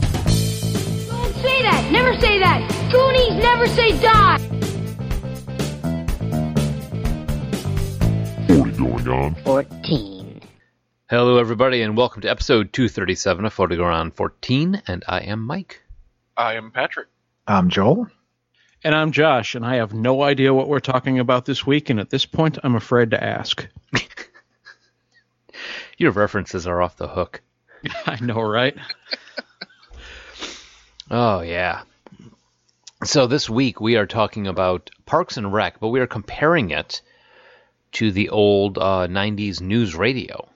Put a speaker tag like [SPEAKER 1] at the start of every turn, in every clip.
[SPEAKER 1] Don't say that. Never say that. Goonies never say die.
[SPEAKER 2] going on.
[SPEAKER 3] 14.
[SPEAKER 4] Hello, everybody, and welcome to episode 237 of Photogoron 14. And I am Mike.
[SPEAKER 5] I am Patrick.
[SPEAKER 6] I'm Joel.
[SPEAKER 7] And I'm Josh, and I have no idea what we're talking about this week, and at this point, I'm afraid to ask.
[SPEAKER 4] Your references are off the hook.
[SPEAKER 7] I know, right?
[SPEAKER 4] Oh, yeah. So this week we are talking about Parks and Rec, but we are comparing it to the old uh, 90s news radio.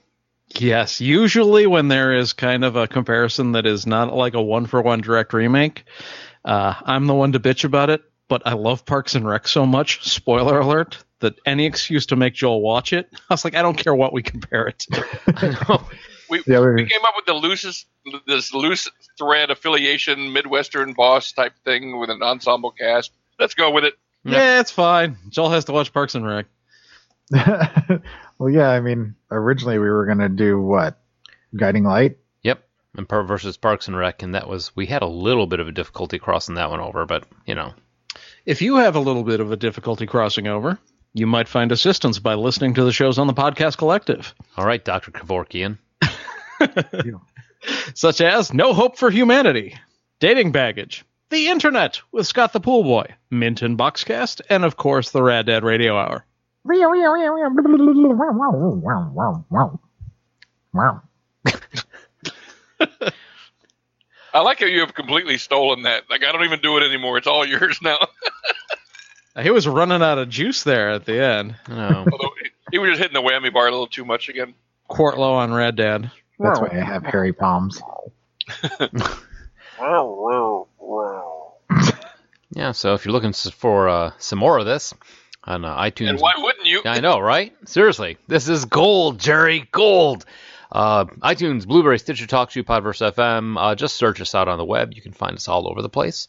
[SPEAKER 7] Yes, usually when there is kind of a comparison that is not like a one for one direct remake, uh, I'm the one to bitch about it, but I love Parks and Rec so much, spoiler alert, that any excuse to make Joel watch it, I was like, I don't care what we compare it to.
[SPEAKER 5] We,
[SPEAKER 6] Yeah, we-
[SPEAKER 5] we came up with the loosest, this loose thread affiliation, Midwestern boss type thing with an ensemble cast. Let's go with it.
[SPEAKER 7] yeah, it's fine. Joel has to watch Parks and Rec.
[SPEAKER 6] well, yeah, I mean, originally we were going to do what? Guiding Light?
[SPEAKER 4] Yep, and Par versus Parks and Rec, and that was we had a little bit of a difficulty crossing that one over, but you know,
[SPEAKER 7] If you have a little bit of a difficulty crossing over, you might find assistance by listening to the shows on the Podcast Collective,
[SPEAKER 4] all right, Doctor Kevorkian.
[SPEAKER 7] such as No Hope for Humanity, Dating Baggage, The Internet with Scott the Pool Boy, Mint and Boxcast, and of course the Rad Dad Radio Hour.
[SPEAKER 6] Wow.
[SPEAKER 5] I like how you have completely stolen that. Like I don't even do it anymore. It's all yours now.
[SPEAKER 7] He was running out of juice there at the end.
[SPEAKER 4] Oh,
[SPEAKER 5] Although he- he was just hitting the whammy bar a little too much again.
[SPEAKER 7] Quartlow on Rad Dad.
[SPEAKER 6] That's why I have hairy palms.
[SPEAKER 4] yeah. So if you're looking s- for uh, some more of this on uh, iTunes,
[SPEAKER 5] And why wouldn't you?
[SPEAKER 4] I know, right? Seriously, this is gold, Jerry, gold. Uh, iTunes, Blueberry, Stitcher, TalkShoe, Podverse FM. Uh, just search us out on the web. You can find us all over the place.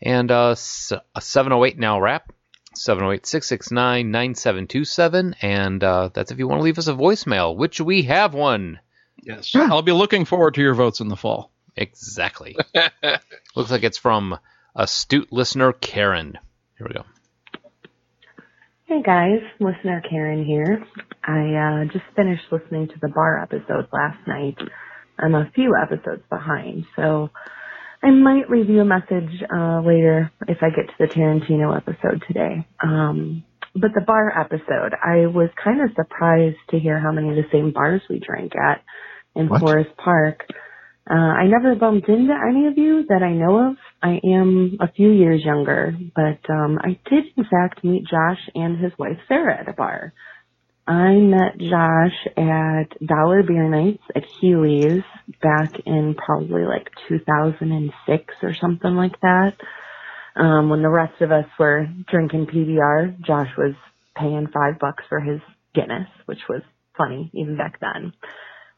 [SPEAKER 4] And uh, s- a 708 now wrap. 708-669-9727 and uh, that's if you want to leave us a voicemail which we have one
[SPEAKER 7] Yes. I'll be looking forward to your votes in the fall.
[SPEAKER 4] exactly looks like it's from astute listener karen here we go
[SPEAKER 3] Hey guys, listener Karen here. I uh, just finished listening to the bar episode last night. I'm a few episodes behind, so I might review a message uh, later if I get to the Tarantino episode today. Um, but the bar episode, I was kind of surprised to hear how many of the same bars we drank at in
[SPEAKER 6] What?
[SPEAKER 3] Forest Park. Uh, I never bumped into any of you that I know of. I am a few years younger, but um, I did in fact meet Josh and his wife Sarah at a bar. I met Josh at Dollar Beer Nights at Healy's back in probably like 2006 or something like that. Um, when the rest of us were drinking PBR, Josh was paying five bucks for his Guinness, which was funny even back then.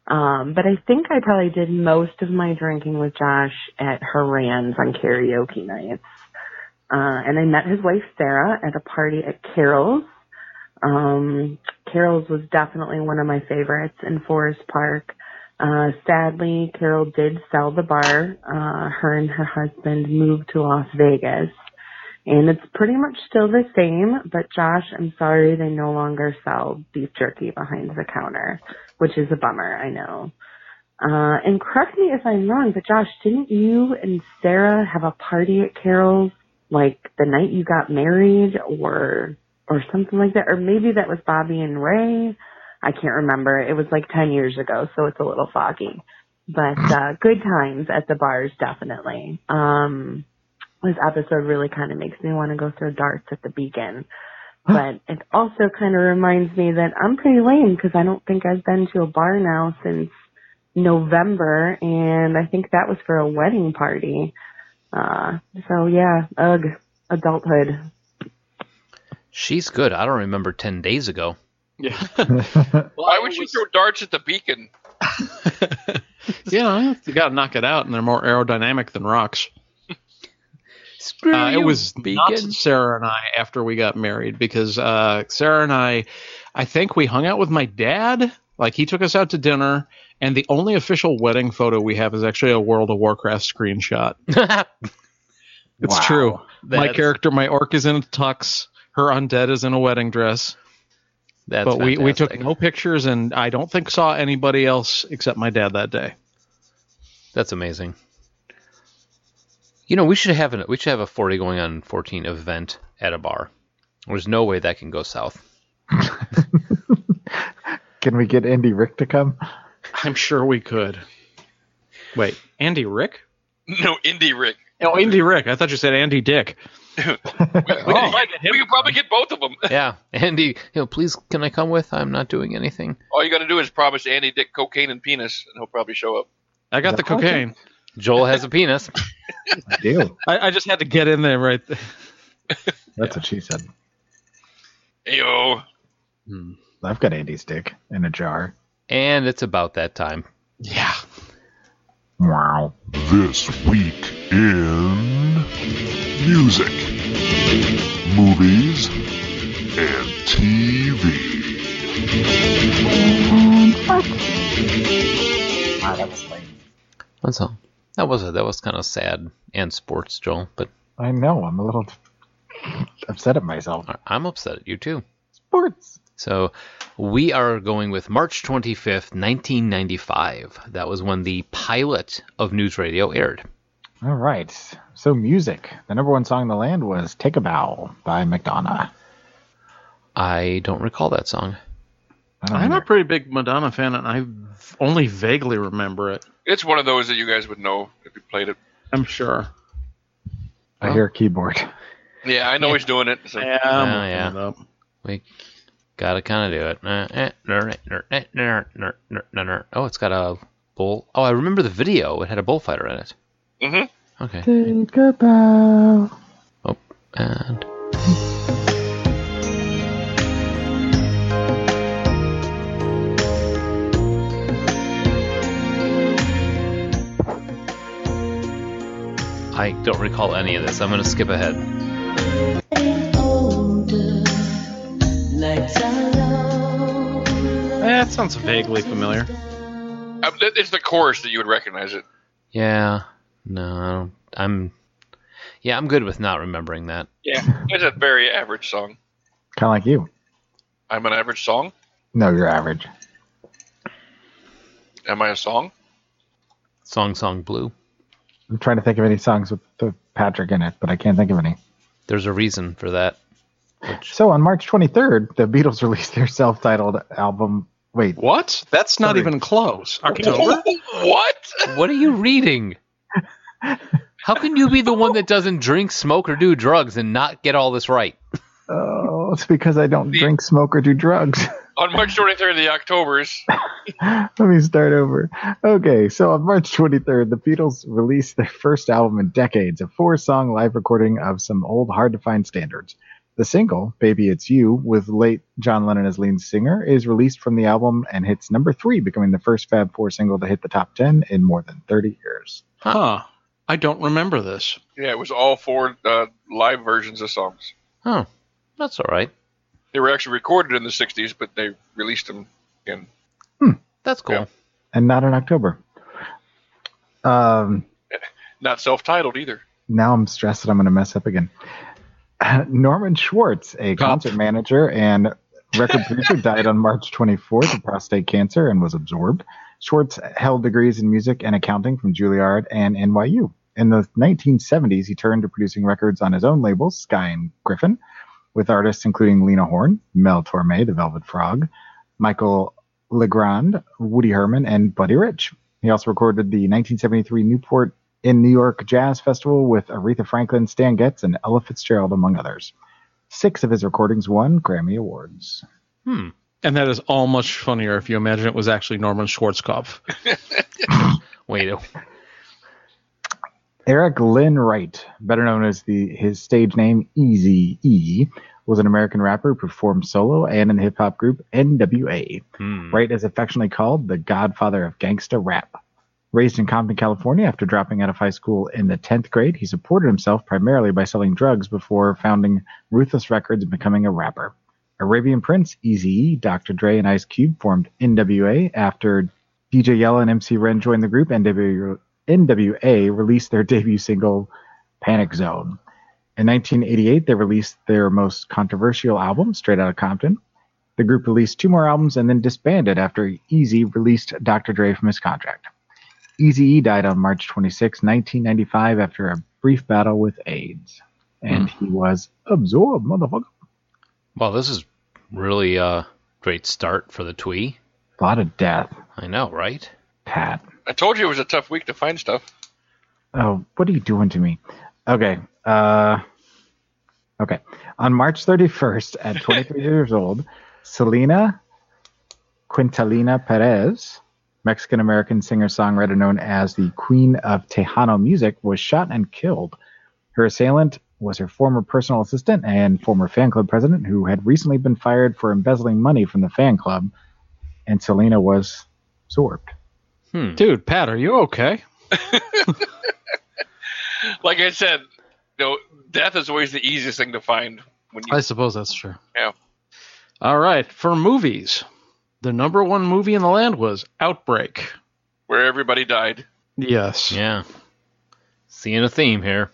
[SPEAKER 3] Um, but I think I probably did most of my drinking with Josh at Haran's on karaoke nights. Uh, and I met his wife Sarah at a party at Carol's. Um, Carol's was definitely one of my favorites in Forest Park. Uh, sadly, Carol did sell the bar. Uh, her and her husband moved to Las Vegas. And it's pretty much still the same, but Josh, I'm sorry, they no longer sell beef jerky behind the counter, which is a bummer, I know. Uh, and correct me if I'm wrong, but Josh, didn't you and Sarah have a party at Carol's, like the night you got married, or or something like that? Or maybe that was Bobby and Ray.
[SPEAKER 8] I can't remember. It was like 10 years ago, so it's a little foggy. But uh, good times at the bars, definitely. Um, this episode really kind of makes me want to go throw darts at the beacon. But it also kind of reminds me that I'm pretty lame because I don't think I've been to a bar now since November, and I think that was for a wedding party. Uh, so yeah, ugh, adulthood.
[SPEAKER 4] She's good. I don't remember 10 days ago.
[SPEAKER 5] Yeah. Why would you throw darts at the beacon?
[SPEAKER 7] yeah, you got to knock it out, and they're more aerodynamic than rocks.
[SPEAKER 4] Screw
[SPEAKER 7] Uh, it
[SPEAKER 4] you,
[SPEAKER 7] was not
[SPEAKER 4] Beacon.
[SPEAKER 7] Sarah and I after we got married because uh, Sarah and I, I think we hung out with my dad. Like he took us out to dinner, and the only official wedding photo we have is actually a World of Warcraft screenshot. It's true. my
[SPEAKER 4] That's-
[SPEAKER 7] character, my orc, is in a tux. Her undead is in a wedding dress.
[SPEAKER 4] That's
[SPEAKER 7] but we, we took
[SPEAKER 4] fantastic.
[SPEAKER 7] no pictures, and I don't think saw anybody else except my dad that day.
[SPEAKER 4] That's amazing. You know, we should have an we should have a 40 going on 14 event at a bar. There's no way that can go south.
[SPEAKER 3] Can we get Andy Rick to come?
[SPEAKER 7] I'm sure we could. Wait, Andy Rick?
[SPEAKER 5] No, indie Rick.
[SPEAKER 7] Oh, Andy Rick. I thought you said Andy Dick.
[SPEAKER 5] We, could, probably- Oh. we could probably get both of them.
[SPEAKER 4] Yeah, Andy, you know, please can I come with? I'm not doing anything.
[SPEAKER 5] All you got to do is promise Andy Dick cocaine and penis, and he'll probably show up.
[SPEAKER 7] I got the cocaine.
[SPEAKER 4] Joel has a penis.
[SPEAKER 3] I do.
[SPEAKER 7] I, I just had to get in there right. th-
[SPEAKER 3] That's what she said.
[SPEAKER 5] Ayo.
[SPEAKER 3] I've got Andy's dick in a jar.
[SPEAKER 4] And it's about that time.
[SPEAKER 7] Yeah.
[SPEAKER 3] Wow.
[SPEAKER 2] This week in music, movies, and TV.
[SPEAKER 3] Wow, that was lame.
[SPEAKER 4] That's all. That was a, that was kind of sad and sports, Joel. But
[SPEAKER 3] I know. I'm a little upset at myself.
[SPEAKER 4] I- I'm upset at you too.
[SPEAKER 3] Sports.
[SPEAKER 4] So we are going with March 25th, 1995. That was when the pilot of News Radio aired.
[SPEAKER 3] All right. So music. The number one song in the land was "Take a Bow" by Madonna.
[SPEAKER 4] I don't recall that song.
[SPEAKER 3] I don't
[SPEAKER 7] I'm a
[SPEAKER 3] either.
[SPEAKER 7] pretty big Madonna fan, and I only vaguely remember it.
[SPEAKER 5] It's one of those that you guys would know if you played it.
[SPEAKER 7] I'm sure.
[SPEAKER 3] I hear a keyboard.
[SPEAKER 5] Yeah, I know he's doing it. So.
[SPEAKER 7] Yeah.
[SPEAKER 4] Oh, yeah. We gotta kind of do it. Uh, eh, ner, eh, ner, eh, ner, ner, ner, ner, ner. Oh, it's got a bull. Oh, I remember the video. It had a bullfighter in it.
[SPEAKER 5] Mhm.
[SPEAKER 4] Mm-hmm. Okay.
[SPEAKER 3] Take a bow.
[SPEAKER 4] Oh, and I don't recall any of this. I'm gonna skip ahead.
[SPEAKER 7] Eh, That sounds vaguely familiar.
[SPEAKER 5] Um, it- It's the chorus that you would recognize it.
[SPEAKER 4] Yeah. No, I don't- I'm. Yeah, I'm good with not remembering that.
[SPEAKER 5] Yeah. It's a very average song.
[SPEAKER 3] Kind of like you.
[SPEAKER 5] I'm an average song.
[SPEAKER 3] No, you're average.
[SPEAKER 5] Am I a song?
[SPEAKER 4] Song Song Blue.
[SPEAKER 3] I'm trying to think of any songs with with Patrick in it, but I can't think of any.
[SPEAKER 4] There's a reason for that. Which
[SPEAKER 3] So on March 23rd, the Beatles released their self-titled album. Wait,
[SPEAKER 7] What? That's not
[SPEAKER 3] Sorry.
[SPEAKER 7] even close. October?
[SPEAKER 5] what?
[SPEAKER 4] What are you reading? How can you be the one that doesn't drink, smoke, or do drugs and not get all this right?
[SPEAKER 3] oh, it's because I don't drink, smoke, or do drugs.
[SPEAKER 5] On March 23rd, the Octobers.
[SPEAKER 3] Let me start over. Okay, so on March 23rd, the Beatles released their first album in decades, a four song live recording of some old, hard to find standards. The single, Baby It's You, with late John Lennon as lead singer, is released from the album and hits number three, becoming the first Fab Four single to hit the top 10 in more than 30 years.
[SPEAKER 7] Huh. I don't remember this.
[SPEAKER 5] Yeah, it was all four uh, live versions of songs.
[SPEAKER 4] Oh, that's all right.
[SPEAKER 5] They were actually recorded in the 60s, but they released them in.
[SPEAKER 4] That's cool.
[SPEAKER 5] Yeah.
[SPEAKER 3] And not in October. Um,
[SPEAKER 5] Not self titled either.
[SPEAKER 3] now I'm stressed that I'm going to mess up again. Norman Schwartz, a
[SPEAKER 7] Cop.
[SPEAKER 3] concert manager and record producer, died on March 24th of prostate cancer and was absorbed. Schwartz held degrees in music and accounting from Juilliard and NYU. In the 1970s, he turned to producing records on his own labels, Sky and Griffin, with artists including Lena Horne, Mel Torme, The Velvet Frog, Michael Legrand, Woody Herman, and Buddy Rich. He also recorded the 1973 Newport in New York Jazz Festival with Aretha Franklin, Stan Getz, and Ella Fitzgerald, among others. Six of his recordings won Grammy Awards.
[SPEAKER 7] Hmm. And that is all much funnier if you imagine it was actually Norman Schwarzkopf. Wait. oh.
[SPEAKER 3] Eric Lynn Wright, better known as the his stage name Easy E, was an American rapper who performed solo and in the hip hop group NWA.
[SPEAKER 4] Hmm.
[SPEAKER 3] Wright is affectionately called the godfather of gangsta rap. Raised in Compton, California, after dropping out of high school in the 10th grade, he supported himself primarily by selling drugs before founding Ruthless Records and becoming a rapper. Arabian Prince, Eazy-E, Dr. Dre, and Ice Cube formed NWA after DJ Yella and MC Ren joined the group. NWA, NWA released their debut single, Panic Zone. In 1988, they released their most controversial album, Straight Outta Compton. The group released two more albums and then disbanded after Easy released Dr. Dre from his contract. Easy E died on March 26, 1995, after a brief battle with AIDS, and he was absorbed, motherfucker.
[SPEAKER 4] Well, this is really a great start for the Twee.
[SPEAKER 3] A lot of death,
[SPEAKER 4] I know, right?
[SPEAKER 3] Pat.
[SPEAKER 5] I told you it was a tough week to find stuff.
[SPEAKER 3] Oh, what are you doing to me? Okay. Uh, okay. On March 31st, at 23 years old, Selena Quintalina Perez, Mexican American singer songwriter known as the Queen of Tejano Music, was shot and killed. Her assailant was her former personal assistant and former fan club president, who had recently been fired for embezzling money from the fan club, and Selena was absorbed.
[SPEAKER 7] Dude, Pat, are you okay?
[SPEAKER 5] Like I said, you know, death is always the easiest thing to find when you
[SPEAKER 7] I suppose that's true.
[SPEAKER 5] yeah.
[SPEAKER 7] All right, for movies, the number one movie in the land was Outbreak.
[SPEAKER 5] where everybody died.
[SPEAKER 7] Yes.
[SPEAKER 4] Yeah. Seeing a theme here.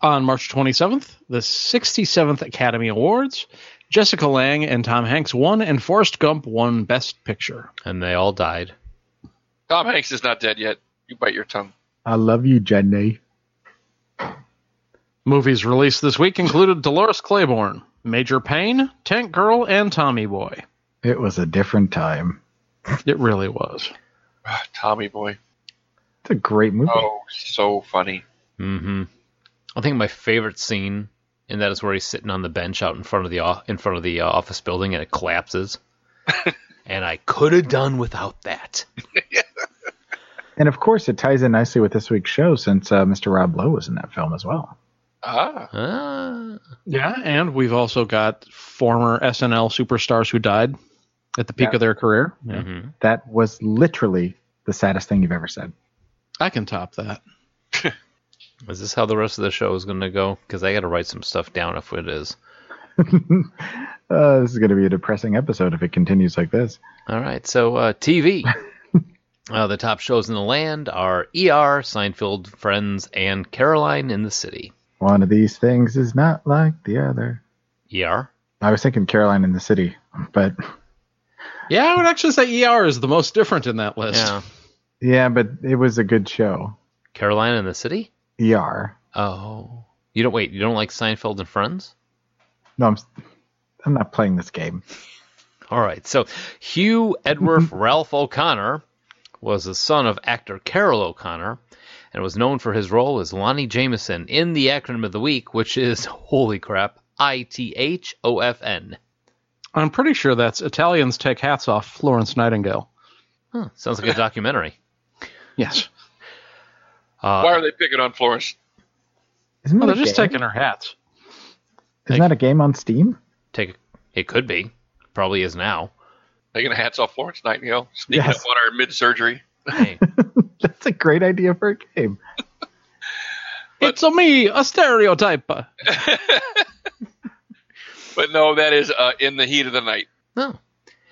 [SPEAKER 7] On March 27th, the 67th Academy Awards, Jessica Lange and Tom Hanks won, and Forrest Gump won Best Picture.
[SPEAKER 4] And they all died.
[SPEAKER 5] Tom Hanks is not dead yet. You bite your tongue.
[SPEAKER 3] I love you, Jenny.
[SPEAKER 7] Movies released this week included Dolores Claiborne, Major Payne, Tank Girl, and Tommy Boy.
[SPEAKER 3] It was a different time.
[SPEAKER 7] It really was.
[SPEAKER 5] Ah, Tommy boy.
[SPEAKER 3] It's a great movie.
[SPEAKER 5] Oh, so funny.
[SPEAKER 4] Mm-hmm. I think my favorite scene in that is where he's sitting on the bench out in front of the o- in front of the uh, office building and it collapses. and I could have done without that.
[SPEAKER 3] And of course, it ties in nicely with this week's show since uh, Mr. Rob Lowe was in that film as well.
[SPEAKER 5] Ah.
[SPEAKER 4] Ah.
[SPEAKER 7] Yeah, and we've also got former SNL superstars who died at the peak
[SPEAKER 3] Yeah.
[SPEAKER 7] of their career.
[SPEAKER 4] Mm-hmm.
[SPEAKER 3] That was literally the saddest thing you've ever said.
[SPEAKER 7] I can top that.
[SPEAKER 4] Is this how the rest of the show is going to go? Because I got to write some stuff down if it is.
[SPEAKER 3] Uh, this is going to be a depressing episode if it continues like this.
[SPEAKER 4] All right, so uh, TV. uh, the top shows in the land are ER, Seinfeld, Friends, and Caroline in the City.
[SPEAKER 3] One of these things is not like the other.
[SPEAKER 4] ER?
[SPEAKER 3] I was thinking Caroline in the City, but
[SPEAKER 7] Yeah, I would actually say ER is the most different in that list.
[SPEAKER 4] Yeah.
[SPEAKER 3] yeah, but it was a good show.
[SPEAKER 4] Caroline in the City?
[SPEAKER 3] ER.
[SPEAKER 4] Oh. You don't wait, you don't like Seinfeld and Friends?
[SPEAKER 3] No, I'm, I'm not playing this game.
[SPEAKER 4] All right. So Hugh Edward Ralph O'Connor was the son of actor Carol O'Connor and was known for his role as Lonnie Jameson in the acronym of the week, which is holy crap, I T H O F N.
[SPEAKER 7] I'm pretty sure that's Italians take hats off Florence Nightingale.
[SPEAKER 4] Huh, sounds like a documentary.
[SPEAKER 7] Yes.
[SPEAKER 4] Uh,
[SPEAKER 5] Why are they picking on Florence?
[SPEAKER 3] Isn't
[SPEAKER 7] No,
[SPEAKER 3] that
[SPEAKER 7] they're
[SPEAKER 3] a
[SPEAKER 7] just
[SPEAKER 3] game?
[SPEAKER 7] taking her hats.
[SPEAKER 3] Isn't that a game on Steam?
[SPEAKER 4] Take it could be, probably is now.
[SPEAKER 5] Taking the hats off Florence Nightingale. Sneaking
[SPEAKER 3] Yes.
[SPEAKER 5] up on her mid surgery.
[SPEAKER 4] Hey,
[SPEAKER 3] That's a great idea for a game.
[SPEAKER 7] it's a me, a stereotype.
[SPEAKER 5] But no, that is uh, in the heat of the night.
[SPEAKER 4] no.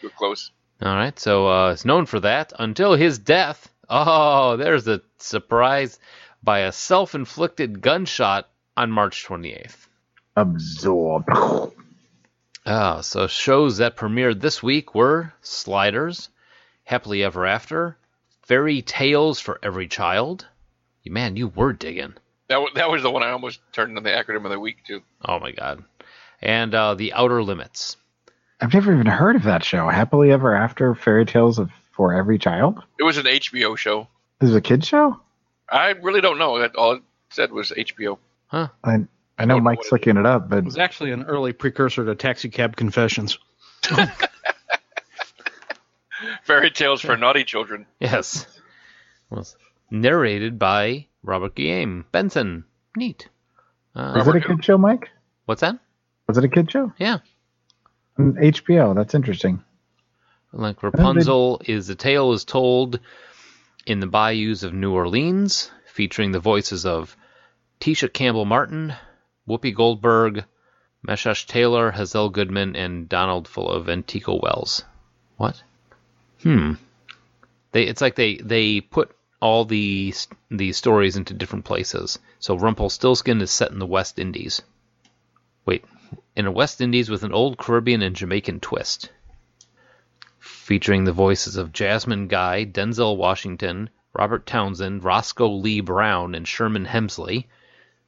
[SPEAKER 5] Too close.
[SPEAKER 4] All right, so uh, it's known for that until his death. Oh, there's a surprise by a self-inflicted gunshot on March 28th.
[SPEAKER 3] Absorb.
[SPEAKER 4] Ah, so shows that premiered this week were Sliders, Happily Ever After, Fairy Tales for Every Child. You- Man, you were digging.
[SPEAKER 5] That, wa- that was the one I almost turned on the acronym of the week, too.
[SPEAKER 4] Oh my God. And uh, The Outer Limits.
[SPEAKER 3] I've never even heard of that show. Happily Ever After Fairy Tales of for Every Child?
[SPEAKER 5] It was an HBO show.
[SPEAKER 3] This is a kid's show?
[SPEAKER 5] I really don't know. That all it said was HBO.
[SPEAKER 7] Huh.
[SPEAKER 3] I I know Mike's looking it up, but
[SPEAKER 7] It was actually an early precursor to Taxi Cab Confessions.
[SPEAKER 5] Fairy tales for naughty children.
[SPEAKER 4] Yes. Was narrated by Robert Guillaume Benson. Neat. Uh,
[SPEAKER 3] is it a kid show, Mike?
[SPEAKER 4] What's that?
[SPEAKER 3] Was it a kid show?
[SPEAKER 4] Yeah.
[SPEAKER 3] Mm, HBO. That's interesting.
[SPEAKER 4] Like Rapunzel is the tale is told in the bayous of New Orleans, featuring the voices of Tisha Campbell Martin, Whoopi Goldberg, Meshash Taylor, Hazel Goodman, and Donald Full of Antico Wells. What? Hmm. They it's like they they put all the the stories into different places. So Rumpelstiltskin is set in the West Indies. Wait, in the West Indies with an old Caribbean and Jamaican twist featuring the voices of Jasmine Guy, Denzel Washington, Robert Townsend, Roscoe Lee Brown, and Sherman Hemsley.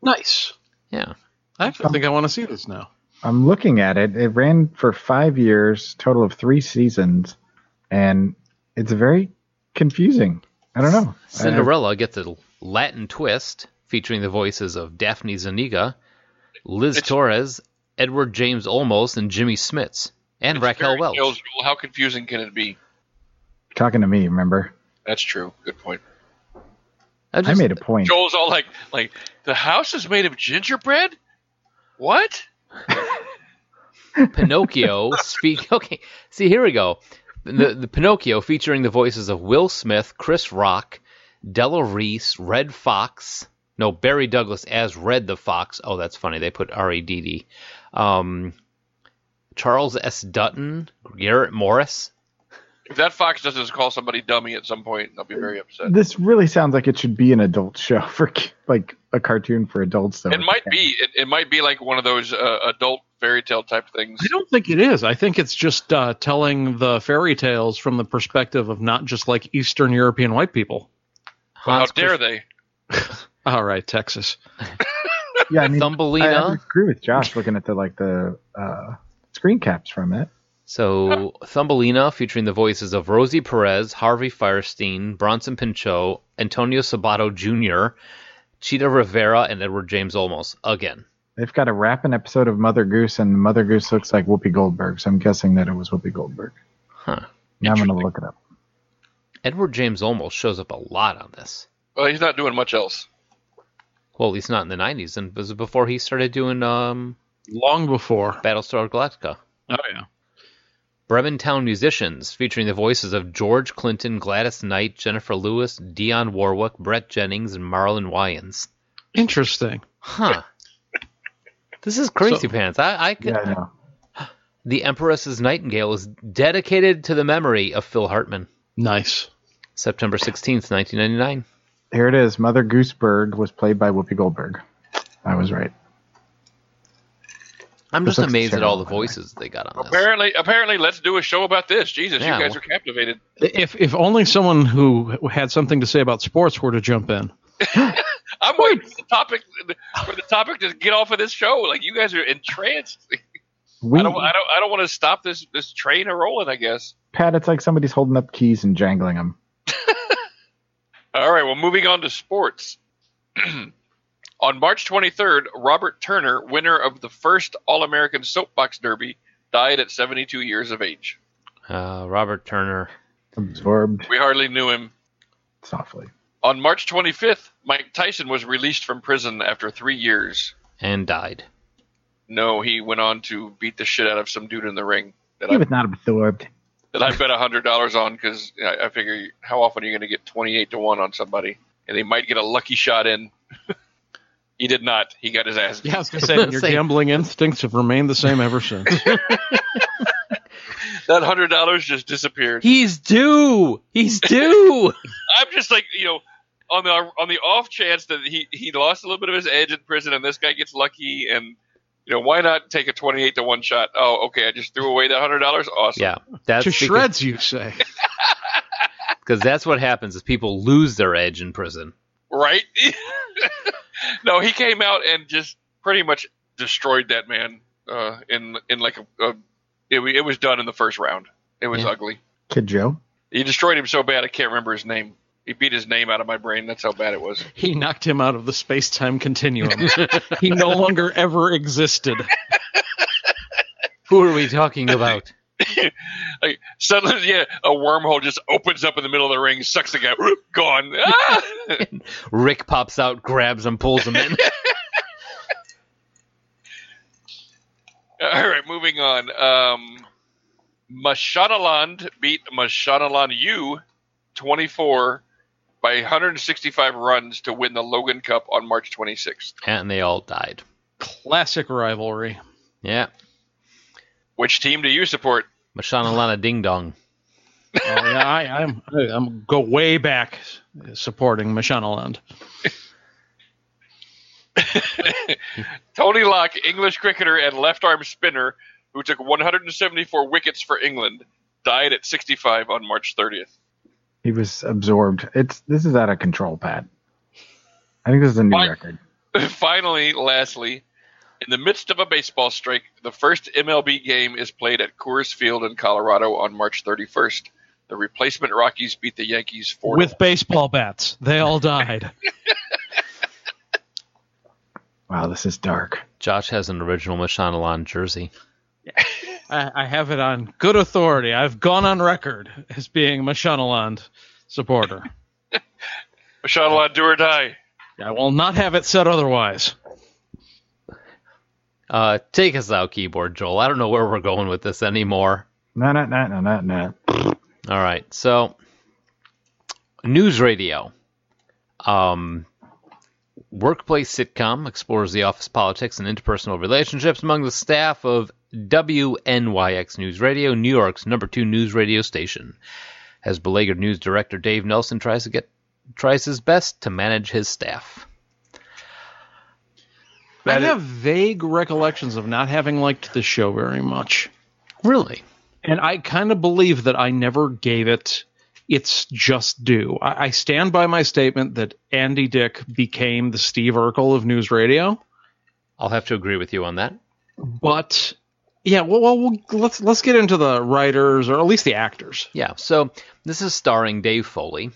[SPEAKER 7] Nice.
[SPEAKER 4] Yeah.
[SPEAKER 7] I actually think I want to see this now.
[SPEAKER 3] I'm looking at it. It ran for five years, total of three seasons, and it's very confusing. I don't know.
[SPEAKER 4] Cinderella gets a Latin twist featuring the voices of Daphne Zuniga, Liz Torres, Edward James Olmos, and Jimmy Smits, and Raquel
[SPEAKER 5] Fairy
[SPEAKER 4] Welch.
[SPEAKER 5] tales, how confusing can it be?
[SPEAKER 3] You're talking to me, remember?
[SPEAKER 5] That's true. Good point.
[SPEAKER 3] I, made a point.
[SPEAKER 5] Joel's all like, like the house is made of gingerbread. What?
[SPEAKER 4] Pinocchio speak. Okay, see here we go. The, the Pinocchio featuring the voices of Will Smith, Chris Rock, Della Reese, Red Fox. No, Barry Douglas as Red the Fox. Oh, that's funny. They put R E D D. Um, Charles S. Dutton, Garrett Morris.
[SPEAKER 5] If that fox doesn't call somebody dummy at some point, I'll be very upset.
[SPEAKER 3] This really sounds like it should be an adult show for ki- like a cartoon for adults. Though
[SPEAKER 5] It might be. It, it might be like one of those uh, adult fairy tale type things.
[SPEAKER 7] I don't think it is. I think it's just uh, telling the fairy tales from the perspective of not just like Eastern European white people.
[SPEAKER 5] How dare they?
[SPEAKER 7] All right, Texas.
[SPEAKER 3] yeah, I mean, I, I
[SPEAKER 4] Thumbelina.
[SPEAKER 3] agree with Josh looking at the like the uh, screen caps from it.
[SPEAKER 4] So Thumbelina featuring the voices of Rosie Perez, Harvey Firestein, Bronson Pinchot, Antonio Sabato Jr., Cheetah Rivera, and Edward James Olmos again.
[SPEAKER 3] They've got to wrap an episode of Mother Goose, and Mother Goose looks like Whoopi Goldberg, so I'm guessing that it was Whoopi Goldberg.
[SPEAKER 4] Huh.
[SPEAKER 3] Now I'm going to look it up.
[SPEAKER 4] Edward James Olmos shows up a lot on this.
[SPEAKER 5] Well, he's not doing much else.
[SPEAKER 4] Well, at least not in the '90s, and this is before he started doing um,
[SPEAKER 7] Long before.
[SPEAKER 4] Battlestar Galactica.
[SPEAKER 7] Oh yeah.
[SPEAKER 4] Bremen Town musicians featuring the voices of George Clinton, Gladys Knight, Jennifer Lewis, Dionne Warwick, Brett Jennings, and Marlon Wayans.
[SPEAKER 7] Interesting.
[SPEAKER 4] Huh. this is crazy
[SPEAKER 7] So-
[SPEAKER 4] pants. I, I could,
[SPEAKER 3] Yeah, I know.
[SPEAKER 4] the Empress's Nightingale is dedicated to the memory of Phil Hartman.
[SPEAKER 7] Nice.
[SPEAKER 4] September 16th, 1999.
[SPEAKER 3] Here it is. Mother Gooseberg was played by Whoopi Goldberg. I was right.
[SPEAKER 4] I'm
[SPEAKER 3] This
[SPEAKER 4] just
[SPEAKER 3] looks
[SPEAKER 4] amazed at all
[SPEAKER 3] terrible,
[SPEAKER 4] the
[SPEAKER 3] by the way.
[SPEAKER 4] voices they got on this.
[SPEAKER 5] Apparently, apparently, let's do a show about this. Jesus,
[SPEAKER 4] Yeah,
[SPEAKER 5] you guys
[SPEAKER 4] well-
[SPEAKER 5] are captivated.
[SPEAKER 7] If if only someone who had something to say about sports were to jump in.
[SPEAKER 5] I'm waiting for the topic for the topic to get off of this show. Like you guys are entranced.
[SPEAKER 3] We,
[SPEAKER 5] I don't, I don't, I don't want to stop this this train a rolling. I guess.
[SPEAKER 3] Pat, it's like somebody's holding up keys and jangling them.
[SPEAKER 5] All right. Well, moving on to sports. on March 23rd, Robert Turner, winner of the first All American Soapbox Derby, died at 72 years of age.
[SPEAKER 4] Uh, Robert Turner.
[SPEAKER 3] Absorbed
[SPEAKER 5] We hardly knew him.
[SPEAKER 3] softly.
[SPEAKER 5] On March 25th, Mike Tyson was released from prison after three years.
[SPEAKER 4] And died.
[SPEAKER 5] No, he went on to beat the shit out of some dude in the ring that
[SPEAKER 3] He
[SPEAKER 5] I
[SPEAKER 3] was not absorbed.
[SPEAKER 5] that I bet hundred dollars on because I, I figure how often are you going to get twenty eight to one on somebody, and they might get a lucky shot in. he did not. He got his ass. beat.
[SPEAKER 7] Yeah, I was gonna say your
[SPEAKER 4] Same.
[SPEAKER 7] gambling instincts have remained the same ever since.
[SPEAKER 5] That hundred dollars just disappeared.
[SPEAKER 4] He's due. He's due.
[SPEAKER 5] I'm just like you know, on the on the off chance that he he lost a little bit of his edge in prison, and this guy gets lucky, and you know why not take a twenty eight to one shot? Oh, okay, I just threw away that hundred dollars. Awesome.
[SPEAKER 4] yeah, that's
[SPEAKER 7] to
[SPEAKER 4] because-
[SPEAKER 7] shreds, you say.
[SPEAKER 4] because that's what happens is people lose their edge in prison.
[SPEAKER 5] Right? no, he came out and just pretty much destroyed that man uh, in in like a, a It, wa- it was done in the first round. It was ugly.
[SPEAKER 3] Kid Joe.
[SPEAKER 5] He destroyed him so bad I can't remember his name. He beat his name out of my brain. That's how bad it was.
[SPEAKER 7] He knocked him out of the space time continuum. he no longer ever existed.
[SPEAKER 4] Who are we talking about?
[SPEAKER 5] Like suddenly, yeah, a wormhole just opens up in the middle of the ring, sucks the guy, gone. Ah!
[SPEAKER 4] Rick pops out, grabs him, pulls him in.
[SPEAKER 5] All right, moving on. Um, Mashanaland beat Mashanaland U 24 by 165 runs to win the Logan Cup on March 26th,
[SPEAKER 4] and they all died.
[SPEAKER 7] Classic rivalry.
[SPEAKER 4] Yeah.
[SPEAKER 5] Which team do you support?
[SPEAKER 4] Mashana Lana Ding Dong.
[SPEAKER 7] Oh, yeah, I, I'm I, I'm go way back supporting Machanaland.
[SPEAKER 5] Tony Locke, English cricketer and left arm spinner who took 174 wickets for England, died at 65 on March 30th.
[SPEAKER 3] He was absorbed. It's this is out of control, Pat. I think this is a new
[SPEAKER 5] Fine.
[SPEAKER 3] record.
[SPEAKER 5] Finally, lastly, in the midst of a baseball strike, the first MLB game is played at Coors Field in Colorado on March 31st. The replacement Rockies beat the Yankees 4
[SPEAKER 7] With baseball bats, they all died.
[SPEAKER 3] Wow, this is dark.
[SPEAKER 4] Josh has an original Mashana Lana jersey.
[SPEAKER 7] I, I have it on good authority. I've gone on record as being Machanaland supporter.
[SPEAKER 5] Sean Law, do or die.
[SPEAKER 7] I will not have it said otherwise.
[SPEAKER 4] Uh, take us out, keyboard Joel. I don't know where we're going with this anymore.
[SPEAKER 3] No, no, no, no, no, no.
[SPEAKER 4] All right. So, news radio. Um, workplace sitcom explores the office politics and interpersonal relationships among the staff of WNYX News Radio, New York's number two news radio station. As beleaguered news director Dave Nelson tries to get tries his best to manage his staff.
[SPEAKER 7] I have vague recollections of not having liked the show very much.
[SPEAKER 4] Really?
[SPEAKER 7] And I kind of believe that I never gave it its just due. I, I stand by my statement that Andy Dick became the Steve Urkel of news radio.
[SPEAKER 4] I'll have to agree with you on that.
[SPEAKER 7] But yeah, well, well, we'll let's let's get into the writers or at least the actors.
[SPEAKER 4] Yeah, so this is starring Dave Foley,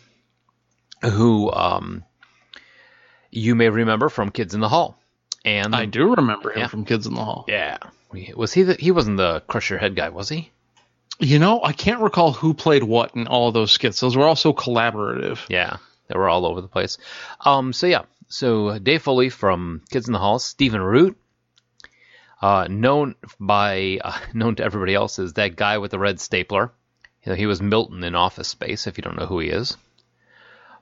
[SPEAKER 4] who um, you may remember from Kids in the Hall, and
[SPEAKER 7] I do remember him
[SPEAKER 4] Yeah.
[SPEAKER 7] from Kids in the Hall.
[SPEAKER 4] Yeah, was he the, he wasn't the crush your head guy, was he?
[SPEAKER 7] You know, I can't recall who played what in all of those skits. Those were all so collaborative.
[SPEAKER 4] Yeah, they were all over the place. Um, so yeah, so Dave Foley from Kids in the Hall, Stephen Root, uh, known by uh, known to everybody else as that guy with the red stapler. You know, he was Milton in Office Space. If you don't know who he is,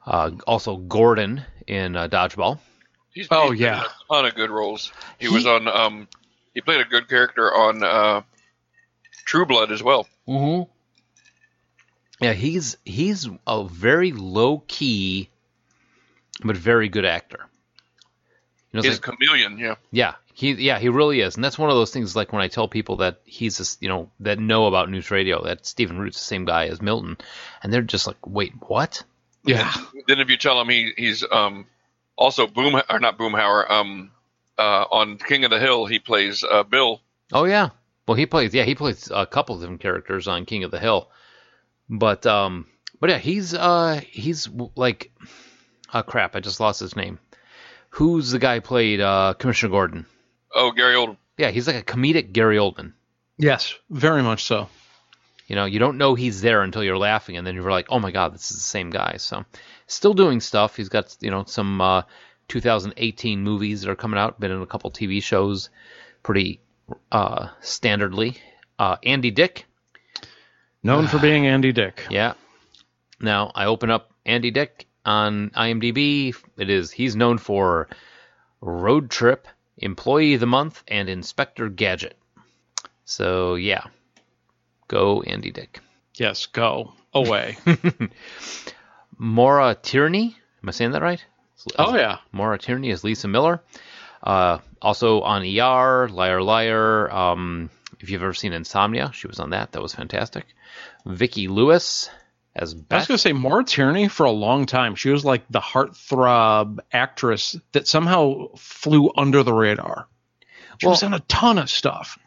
[SPEAKER 4] uh, also Gordon in uh, Dodgeball.
[SPEAKER 5] He's
[SPEAKER 7] Oh,
[SPEAKER 5] he's been
[SPEAKER 7] yeah.
[SPEAKER 5] in a ton of good roles. He, was on. Um, he played a good character on uh, True Blood as well.
[SPEAKER 4] Mm-hmm. Yeah, he's he's a very low key, but very good actor. You know, it's
[SPEAKER 5] He's a
[SPEAKER 4] like-
[SPEAKER 5] chameleon. Yeah.
[SPEAKER 4] yeah, he yeah he really is, and that's one of those things. Like when I tell people that he's this, you know that know about news radio that Stephen Root's the same guy as Milton, and they're just like, wait, what?
[SPEAKER 7] Yeah.
[SPEAKER 5] Then if you tell him he, he's um, also Boom or not Boomhauer um, uh, on King of the Hill, he plays uh, Bill.
[SPEAKER 4] Oh yeah, well he plays yeah he plays a couple of different characters on King of the Hill, but um but yeah he's uh he's w- like oh crap I just lost his name. Who's the guy who played uh, Commissioner Gordon?
[SPEAKER 5] Oh, Gary Oldman.
[SPEAKER 4] Yeah, he's like a comedic Gary Oldman.
[SPEAKER 7] Yes, very much so.
[SPEAKER 4] You know, you don't know he's there until you're laughing, and then you're like, "Oh my God, this is the same guy." So, still doing stuff. He's got you know some uh, 2018 movies that are coming out. Been in a couple TV shows, pretty uh, standardly. Uh, Andy Dick,
[SPEAKER 7] Known for being Andy Dick.
[SPEAKER 4] yeah. Now I open up Andy Dick on IMDb. It is he's known for Road Trip, Employee of the Month, and Inspector Gadget. So yeah, go Andy Dick.
[SPEAKER 7] Yes, go away.
[SPEAKER 4] Maura Tierney. Am I saying that right?
[SPEAKER 7] oh yeah.
[SPEAKER 4] Maura Tierney is Lisa Miller. Uh, also on ER, Liar Liar. Um, if you've ever seen Insomnia, she was on that. That was fantastic. Vicki Lewis as
[SPEAKER 7] I was
[SPEAKER 4] Beth.
[SPEAKER 7] going to say Maura Tierney for a long time. She was like the heartthrob actress that somehow flew under the radar. She was
[SPEAKER 4] Well-
[SPEAKER 7] on a ton of stuff.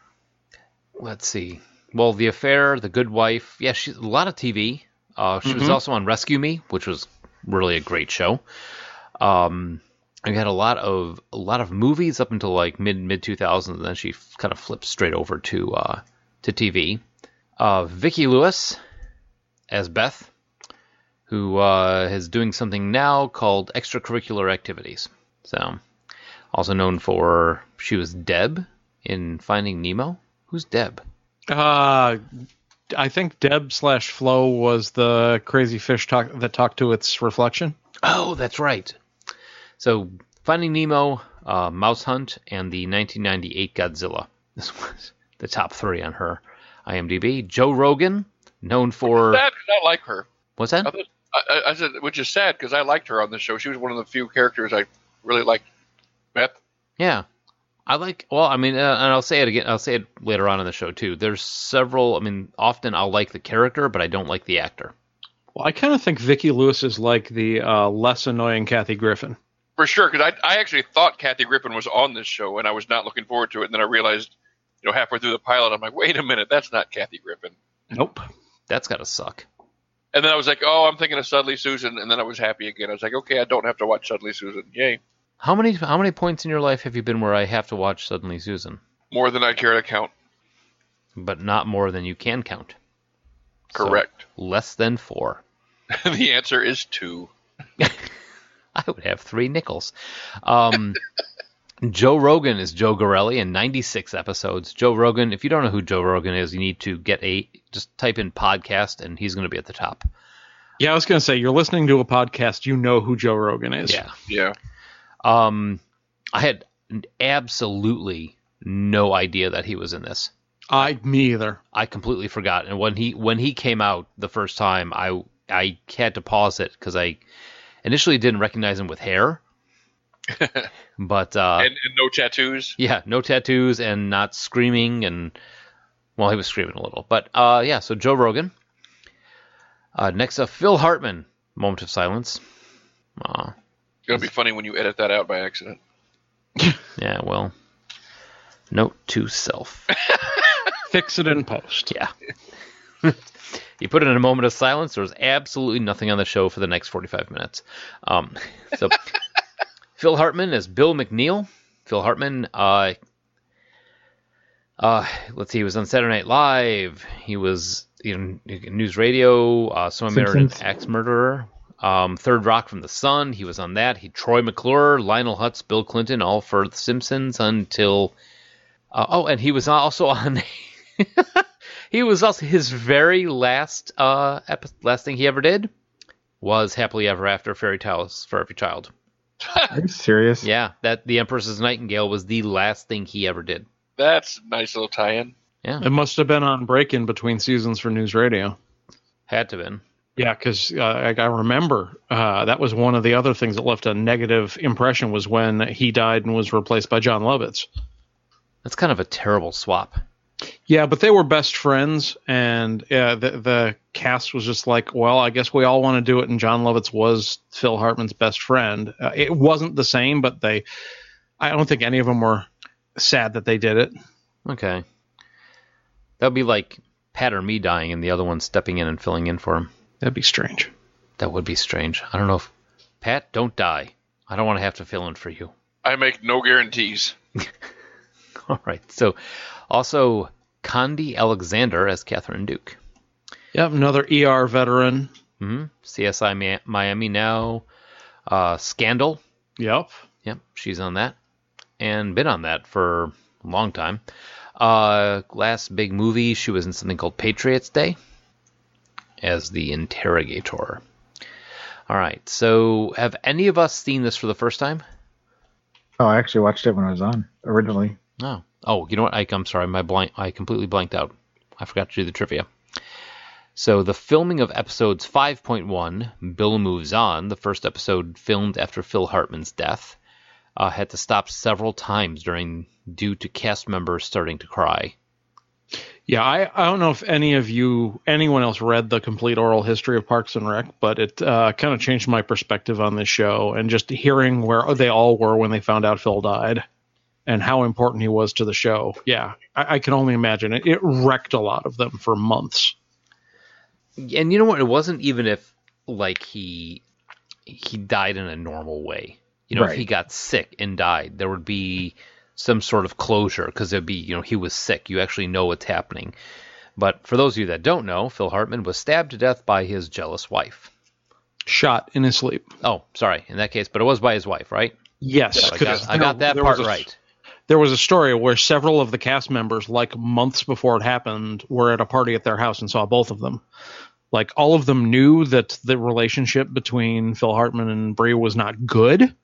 [SPEAKER 4] Let's see. Well, The Affair, The Good Wife. Yeah, she's a lot of TV. Uh, she was
[SPEAKER 9] Mhm.
[SPEAKER 4] also on Rescue Me, which was really a great show. Um, I had a lot of a lot of movies up until like mid mid 2000s, and then she f- kind of flipped straight over to uh, to TV. Uh, Vicki Lewis as Beth, who uh, is doing something now called extracurricular activities. So, also known for she was Deb in Finding Nemo. Who's Deb?
[SPEAKER 7] Uh, I think Deb slash Flo was the crazy fish talk that talked to its reflection.
[SPEAKER 4] Oh, that's right. So, Finding Nemo, uh, Mouse Hunt, and the 1998 Godzilla. This was the top three on her IMDb. Joe Rogan, known for
[SPEAKER 5] Sad 'cause I like her.
[SPEAKER 4] what's
[SPEAKER 5] I,
[SPEAKER 4] that?
[SPEAKER 5] thought- I, I- I said, which is sad because I liked her on the show. She was one of the few characters I really liked. Beth.
[SPEAKER 4] Yeah, I like. Well, I mean, uh, and I'll say it again. I'll say it later on in the show too. There's several. I mean, often I'll like the character, but I don't like the actor.
[SPEAKER 7] Well, I kind of think Vicki Lewis is like the uh, less annoying Kathy Griffin.
[SPEAKER 5] For sure, because I, I actually thought Kathy Griffin was on this show, and I was not looking forward to it. And then I realized, you know, halfway through the pilot, I'm like, wait a minute, that's not Kathy Griffin.
[SPEAKER 7] Nope.
[SPEAKER 4] That's gotta suck.
[SPEAKER 5] And then I was like, oh, I'm thinking of Suddenly Susan, and then I was happy again. I was like, okay, I don't have to watch Suddenly Susan. Yay,
[SPEAKER 4] How many how many points in your life have you been where I have to watch Suddenly Susan,
[SPEAKER 5] more than I care to count.
[SPEAKER 4] but not more than you can count? So,
[SPEAKER 5] Correct.
[SPEAKER 4] less than four.
[SPEAKER 5] the answer is two.
[SPEAKER 4] I would have three nickels. Um, Joe Rogan is Joe Gorelli in 96 episodes. Joe Rogan, if you don't know who Joe Rogan is, you need to get a just type in podcast and he's going to be at the top.
[SPEAKER 7] Yeah, I was going to say, you're listening to a podcast, you know who Joe Rogan is.
[SPEAKER 4] Yeah.
[SPEAKER 5] Yeah.
[SPEAKER 4] Um, I had absolutely no idea that he was in this.
[SPEAKER 7] I me either.
[SPEAKER 4] I completely forgot. And when he when he came out the first time, I I had to pause it because I initially didn't recognize him with hair, but uh,
[SPEAKER 5] and, and no tattoos.
[SPEAKER 4] Yeah, no tattoos and not screaming and well, he was screaming a little, but uh, yeah. So Joe Rogan. Uh, next up, Phil Hartman. Moment of silence. Aw,
[SPEAKER 5] It's gonna be funny when you edit that out by accident.
[SPEAKER 4] yeah. Well, note to self.
[SPEAKER 7] Fix it in post.
[SPEAKER 4] Yeah. you put it in a moment of silence. There was absolutely nothing on the show for the next 45 minutes. Um, so Phil Hartman is Bill McNeil. Phil Hartman, uh, uh, let's see, he was on Saturday Night Live. He was in, in news radio. Uh, so I married an
[SPEAKER 10] Simpsons.
[SPEAKER 4] axe murderer. Um, Third Rock from the Sun. He was on that. He Troy McClure, Lionel Hutz, Bill Clinton, all for The Simpsons until. Uh, oh, and he was also on he was also his very last uh epi- last thing he ever did was happily ever after fairy tales for every child
[SPEAKER 3] Are you serious?
[SPEAKER 4] yeah that the empress's nightingale was the last thing he ever did
[SPEAKER 5] That's a nice little tie-in.
[SPEAKER 4] Yeah.
[SPEAKER 7] It must have been on break in between seasons for news radio.
[SPEAKER 4] had to have been
[SPEAKER 7] Yeah, because uh, I, I remember uh, that was one of the other things that left a negative impression was when he died and was replaced by John Lovitz.
[SPEAKER 4] That's kind of a terrible swap.
[SPEAKER 7] Yeah, but they were best friends, and uh, the the cast was just like, well, I guess we all want to do it. And John Lovitz was Phil Hartman's best friend. Uh, it wasn't the same, but they, I don't think any of them were sad that they did it.
[SPEAKER 4] okay that would be like pat or me dying and the other one stepping in and filling in for him
[SPEAKER 7] that'd be strange
[SPEAKER 4] that would be strange i don't know if pat don't die i don't want to have to fill in for you
[SPEAKER 5] I make no guarantees.
[SPEAKER 4] all right so also condi alexander as catherine duke
[SPEAKER 7] Yep, another ER veteran.
[SPEAKER 4] hmm CSI Mi- Miami now. Uh, Scandal.
[SPEAKER 7] Yep.
[SPEAKER 4] Yep. She's on that and been on that for a long time. Uh, last big movie, she was in something called Patriots Day as the interrogator. All right. So, have any of us seen this for the first time?
[SPEAKER 3] Oh, I actually watched it when I was on originally.
[SPEAKER 4] No. Oh, you know what? I, I'm sorry. My blank. I completely blanked out. I forgot to do the trivia. So the filming of episodes 5.1, Bill moves on. The first episode filmed after Phil Hartman's death uh, had to stop several times during due to cast members starting to cry.
[SPEAKER 7] Yeah, I, I don't know if any of you, anyone else read the complete oral history of Parks and Rec, but it uh, kind of changed my perspective on this show and just hearing where they all were when they found out Phil died. and how important he was to the show. Yeah, I, I can only imagine it. It wrecked a lot of them for months.
[SPEAKER 4] And you know what? It wasn't even if like he he died in a normal way. You know, if
[SPEAKER 7] Right.
[SPEAKER 4] he got sick and died, there would be some sort of closure because it'd be you know he was sick. You actually know what's happening. But for those of you that don't know, Phil Hartman was stabbed to death by his jealous wife.
[SPEAKER 7] Shot in his sleep.
[SPEAKER 4] Oh, sorry, in that case, but it was by his wife, right?
[SPEAKER 7] Yes,
[SPEAKER 4] So I
[SPEAKER 7] 'cause
[SPEAKER 4] got- I got that
[SPEAKER 7] there
[SPEAKER 4] part
[SPEAKER 7] was a-
[SPEAKER 4] right.
[SPEAKER 7] There was a story where several of the cast members, like months before it happened, were at a party at their house and saw both of them. Like all of them knew that the relationship between Phil Hartman and Brie was not good,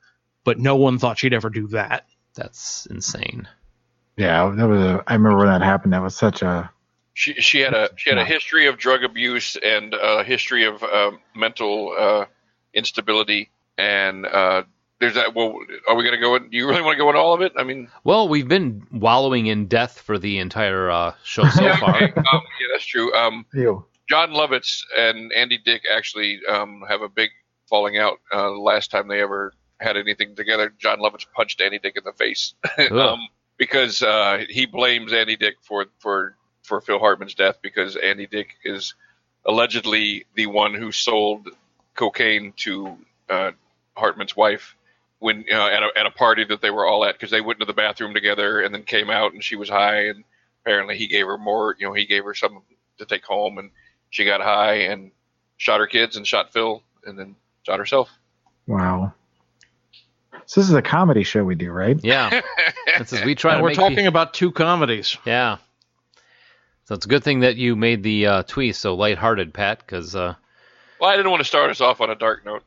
[SPEAKER 7] but no one thought she'd ever do that.
[SPEAKER 4] That's insane.
[SPEAKER 3] Yeah, that was. A, I remember when that happened. That was such a.
[SPEAKER 5] She she had a she had a history of drug abuse and a history of uh, mental uh, instability. And uh, there's that. Well, are we going to go? In, do you really want to go into all of it? I mean,
[SPEAKER 4] Well, we've been wallowing in death for the entire uh, show so far.
[SPEAKER 5] um, yeah, that's true. Um,
[SPEAKER 3] You.
[SPEAKER 5] John Lovitz and Andy Dick actually um, have a big falling out. Uh, last time they ever had anything together, John Lovitz punched Andy Dick in the face um, because uh, he blames Andy Dick for for for Phil Hartman's death because Andy Dick is allegedly the one who sold cocaine to uh, Hartman's wife when uh, at, a, at a party that they were all at because they went to the bathroom together and then came out and she was high and apparently he gave her more you know he gave her some to take home and she got high and shot her kids and shot Phil and then shot herself.
[SPEAKER 3] Wow. So this is a comedy show we do, right?
[SPEAKER 4] Yeah, That's as we try.
[SPEAKER 7] And
[SPEAKER 4] to
[SPEAKER 7] we're
[SPEAKER 4] make
[SPEAKER 7] talking
[SPEAKER 4] pe-
[SPEAKER 7] about two comedies.
[SPEAKER 4] Yeah. So it's a good thing that you made the uh, tweet so lighthearted, Pat, because uh,
[SPEAKER 5] Well, I didn't want to start us off on a dark note.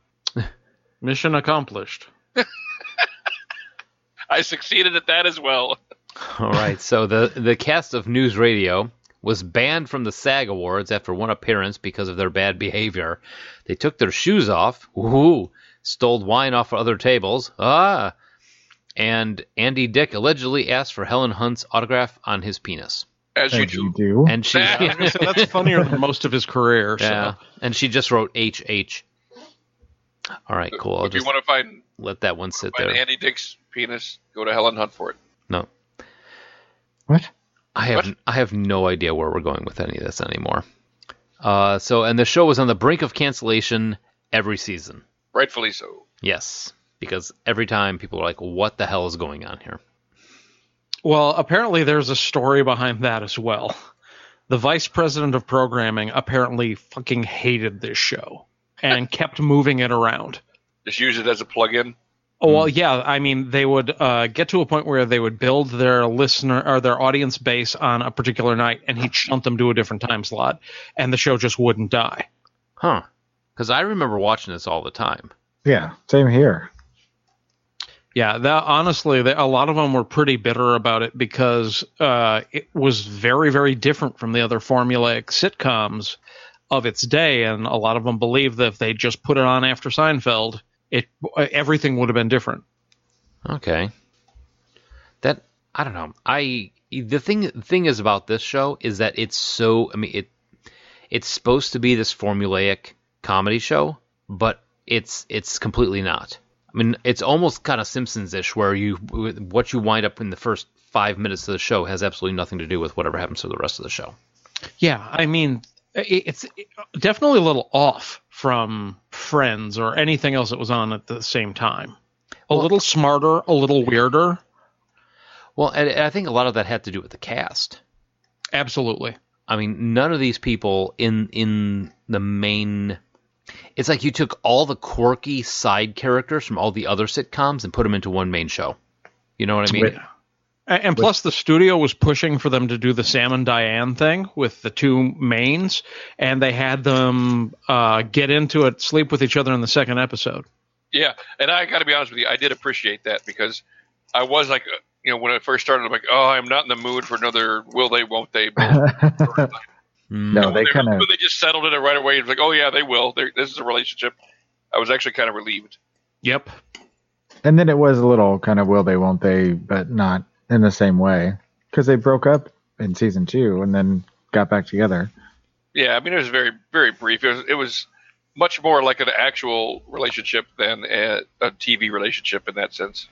[SPEAKER 7] Mission accomplished.
[SPEAKER 5] I succeeded at that as well.
[SPEAKER 4] All right. So the the cast of News Radio was banned from the SAG Awards after one appearance because of their bad behavior. They took their shoes off. Woohoo! Stole wine off other tables. Ah. And Andy Dick allegedly asked for Helen Hunt's autograph on his penis.
[SPEAKER 5] As
[SPEAKER 3] you do. do.
[SPEAKER 4] And she
[SPEAKER 7] I was gonna say, that's funnier than most of his career.
[SPEAKER 4] Yeah.
[SPEAKER 7] So.
[SPEAKER 4] And she just wrote H H. All right, cool. I'll
[SPEAKER 5] if you
[SPEAKER 4] just
[SPEAKER 5] want to find,
[SPEAKER 4] let that one sit
[SPEAKER 5] find
[SPEAKER 4] there.
[SPEAKER 5] Andy Dick's penis, go to Helen Hunt for it.
[SPEAKER 4] No.
[SPEAKER 3] What?
[SPEAKER 4] I have I have no idea where we're going with any of this anymore. Uh, so and the show was on the brink of cancellation every season.
[SPEAKER 5] Rightfully so.
[SPEAKER 4] Yes, because every time people are like, "What the hell is going on here?"
[SPEAKER 7] Well, apparently there's a story behind that as well. The vice president of programming apparently fucking hated this show and kept moving it around.
[SPEAKER 5] Just use it as a plug-in.
[SPEAKER 7] Oh, well, yeah. I mean, they would uh, get to a point where they would build their listener or their audience base on a particular night, and he'd shunt them to a different time slot, and the show just wouldn't die.
[SPEAKER 4] Huh? Because I remember watching this all the time.
[SPEAKER 3] Yeah. Same here.
[SPEAKER 7] Yeah, that honestly, the, a lot of them were pretty bitter about it because uh, it was very, very different from the other formulaic sitcoms of its day, and a lot of them believed that if they just put it on after Seinfeld, it everything would have been different.
[SPEAKER 4] Okay. That I don't know. I the thing the thing is about this show is that it's so I mean it it's supposed to be this formulaic comedy show, but it's it's completely not. I mean, it's almost kind of Simpsons-ish, where you what you wind up in the first five minutes of the show has absolutely nothing to do with whatever happens to the rest of the show.
[SPEAKER 7] Yeah, I mean, it, it's definitely a little off from Friends or anything else that was on at the same time. A little smarter, a little weirder.
[SPEAKER 4] Well, and, and I think a lot of that had to do with the cast.
[SPEAKER 7] Absolutely.
[SPEAKER 4] I mean, none of these people in in the main. It's like you took all the quirky side characters from all the other sitcoms and put them into one main show. You know what I mean?
[SPEAKER 3] Wait.
[SPEAKER 7] A- And plus, the studio was pushing for them to do the Sam and Diane thing with the two mains, and they had them uh, get into it, sleep with each other in the second episode.
[SPEAKER 5] Yeah, and I got to be honest with you, I did appreciate that because I was like, uh, you know, when I first started, I'm like, oh, I'm not in the mood for another will they, won't they. bullshit.
[SPEAKER 3] no, they kind of.
[SPEAKER 5] But they just settled in it right away. It's like, oh yeah, they will. They're, this is a relationship. I was actually kind of relieved.
[SPEAKER 7] Yep.
[SPEAKER 3] And then it was a little kind of will they, won't they, but not in the same way because they broke up in season two and then got back together.
[SPEAKER 5] Yeah, I mean, it was very, very brief. It was, it was much more like an actual relationship than a, a TV relationship in that sense.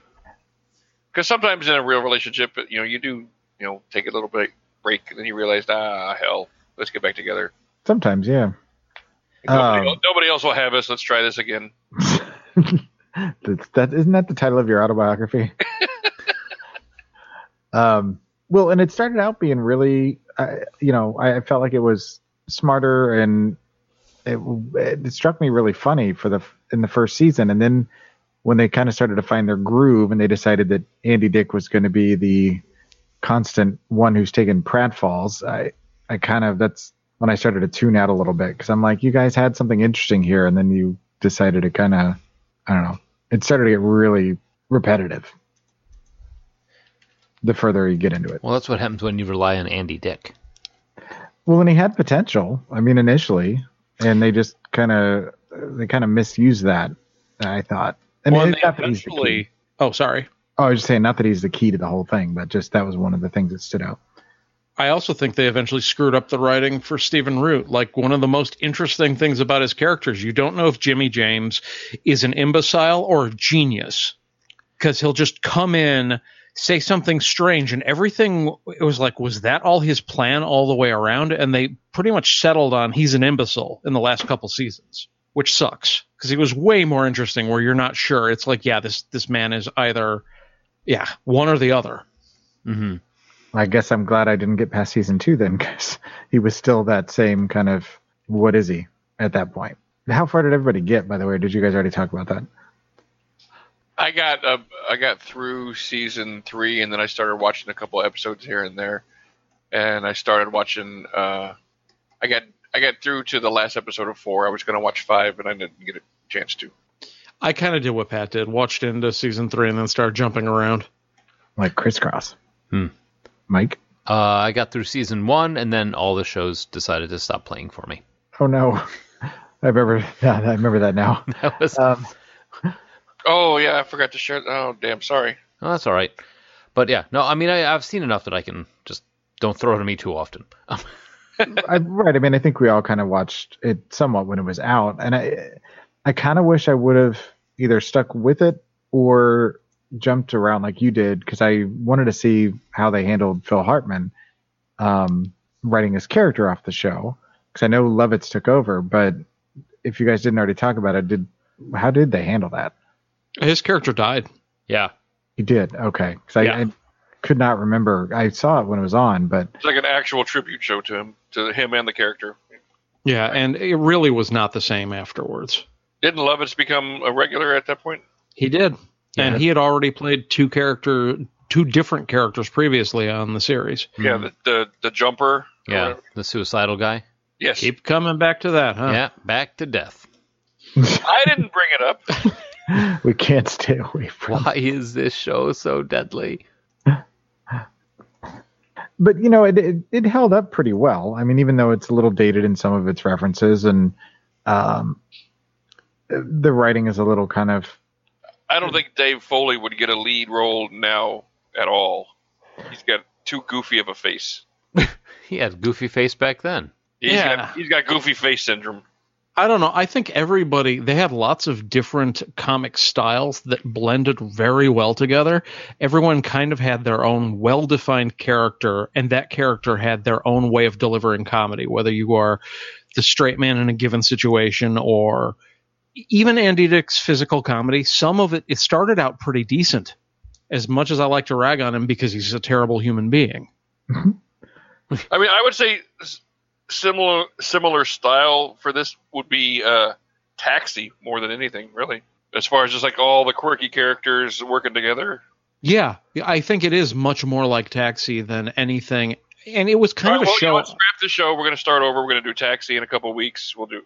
[SPEAKER 5] Because sometimes in a real relationship, you know, you do, you know, take a little bit break, and then you realize, ah, hell, let's get back together.
[SPEAKER 3] Sometimes, yeah. Um,
[SPEAKER 5] Nobody, el- nobody else will have us. Let's try this again.
[SPEAKER 3] That's, that isn't that the title of your autobiography? um, well, and it started out being really, I you know, I, I felt like it was smarter and it, it struck me really funny for the in the first season, and then when they kind of started to find their groove and they decided that Andy Dick was going to be the constant one who's taking pratfalls, I I kind of that's when I started to tune out a little bit because I'm like, you guys had something interesting here, and then you decided to kind of I don't know. It started to get really repetitive the further you get into it.
[SPEAKER 4] Well, that's what happens when you rely on Andy Dick.
[SPEAKER 3] Well, and he had potential. I mean, initially, and they just kind of they kind of misused that. I thought, and
[SPEAKER 7] Well, and
[SPEAKER 3] it-
[SPEAKER 7] they
[SPEAKER 3] not that he's the
[SPEAKER 7] eventually-
[SPEAKER 3] key.
[SPEAKER 7] Oh, sorry.
[SPEAKER 3] Oh, I was just saying, not that he's the key to the whole thing, but just that was one of the things that stood out.
[SPEAKER 7] I also think they eventually screwed up the writing for Stephen Root. Like one of the most interesting things about his characters, you don't know if Jimmy James is an imbecile or a genius because he'll just come in, say something strange, and everything. It was like, was that all his plan all the way around? And they pretty much settled on he's an imbecile in the last couple seasons, which sucks because he was way more interesting. Where you're not sure. It's like, yeah, this this man is either, yeah, one or the other.
[SPEAKER 4] Mm-hmm.
[SPEAKER 3] I guess I'm glad I didn't get past season two then, because he was still that same kind of what is he at that point? How far did everybody get? By the way, did you guys already talk about that?
[SPEAKER 5] I got uh, I got through season three, and then I started watching a couple episodes here and there, and I started watching. Uh, I got I got through to the last episode of four. I was going to watch five, and I didn't get a chance to.
[SPEAKER 7] I kind of did what Pat did, watched into season three and then started jumping around.
[SPEAKER 3] Like crisscross.
[SPEAKER 4] Hmm.
[SPEAKER 3] Mike?
[SPEAKER 4] Uh, I got through season one, and then all the shows decided to stop playing for me.
[SPEAKER 3] Oh no, I remember. Yeah, I remember that now.
[SPEAKER 4] That was.
[SPEAKER 3] Um,
[SPEAKER 5] Oh yeah, I forgot to share. Oh damn, sorry.
[SPEAKER 4] Oh, that's all right. But yeah, no, I mean, I, I've seen enough that I can just don't throw it at me too often.
[SPEAKER 3] I, right. I mean, I think we all kind of watched it somewhat when it was out, and I, I kind of wish I would have either stuck with it or jumped around like you did because I wanted to see how they handled Phil Hartman, um, writing his character off the show because I know Lovitz took over, but if you guys didn't already talk about it, did how did they handle that?
[SPEAKER 7] His character died.
[SPEAKER 4] Yeah.
[SPEAKER 3] He did. Okay, because I,
[SPEAKER 7] Yeah.
[SPEAKER 3] I could not remember. I saw it when it was on, but
[SPEAKER 5] It's like an actual tribute show to him, to him and the character.
[SPEAKER 7] Yeah, and it really was not the same afterwards.
[SPEAKER 5] Didn't Lovitz become a regular at that point?
[SPEAKER 7] He did. And he had already played two character two different characters previously on the series.
[SPEAKER 5] Yeah, the the, the jumper.
[SPEAKER 4] Yeah, the suicidal guy.
[SPEAKER 5] Yes.
[SPEAKER 7] Keep coming back to that, huh?
[SPEAKER 4] Yeah, back to death.
[SPEAKER 5] I didn't bring it up.
[SPEAKER 3] we can't stay away from.
[SPEAKER 4] Why is this show so deadly?
[SPEAKER 3] but you know it, it it held up pretty well. I mean, even though it's a little dated in some of its references, and um, the writing is a little kind of
[SPEAKER 5] I don't think Dave Foley would get a lead role now at all. He's got too goofy of a face.
[SPEAKER 4] He had goofy face back then.
[SPEAKER 5] He's
[SPEAKER 7] Yeah.
[SPEAKER 5] got, he's got goofy face syndrome.
[SPEAKER 7] I don't know. I think everybody they had lots of different comic styles that blended very well together. Everyone kind of had their own well-defined character, and that character had their own way of delivering comedy. Whether you are the straight man in a given situation, or even Andy Dick's physical comedy, some of it it started out pretty decent. As much as I like to rag on him because he's a terrible human being.
[SPEAKER 5] I mean, I would say s- similar similar style for this would be uh, Taxi more than anything, really. As far as just like all the quirky characters working together.
[SPEAKER 7] Yeah, I think it is much more like Taxi than anything. And it was kind
[SPEAKER 5] All right,
[SPEAKER 7] of a
[SPEAKER 5] well, you know
[SPEAKER 7] show.
[SPEAKER 5] what, scrap the show. We're going to start over. We're going to do Taxi in a couple weeks. We'll do.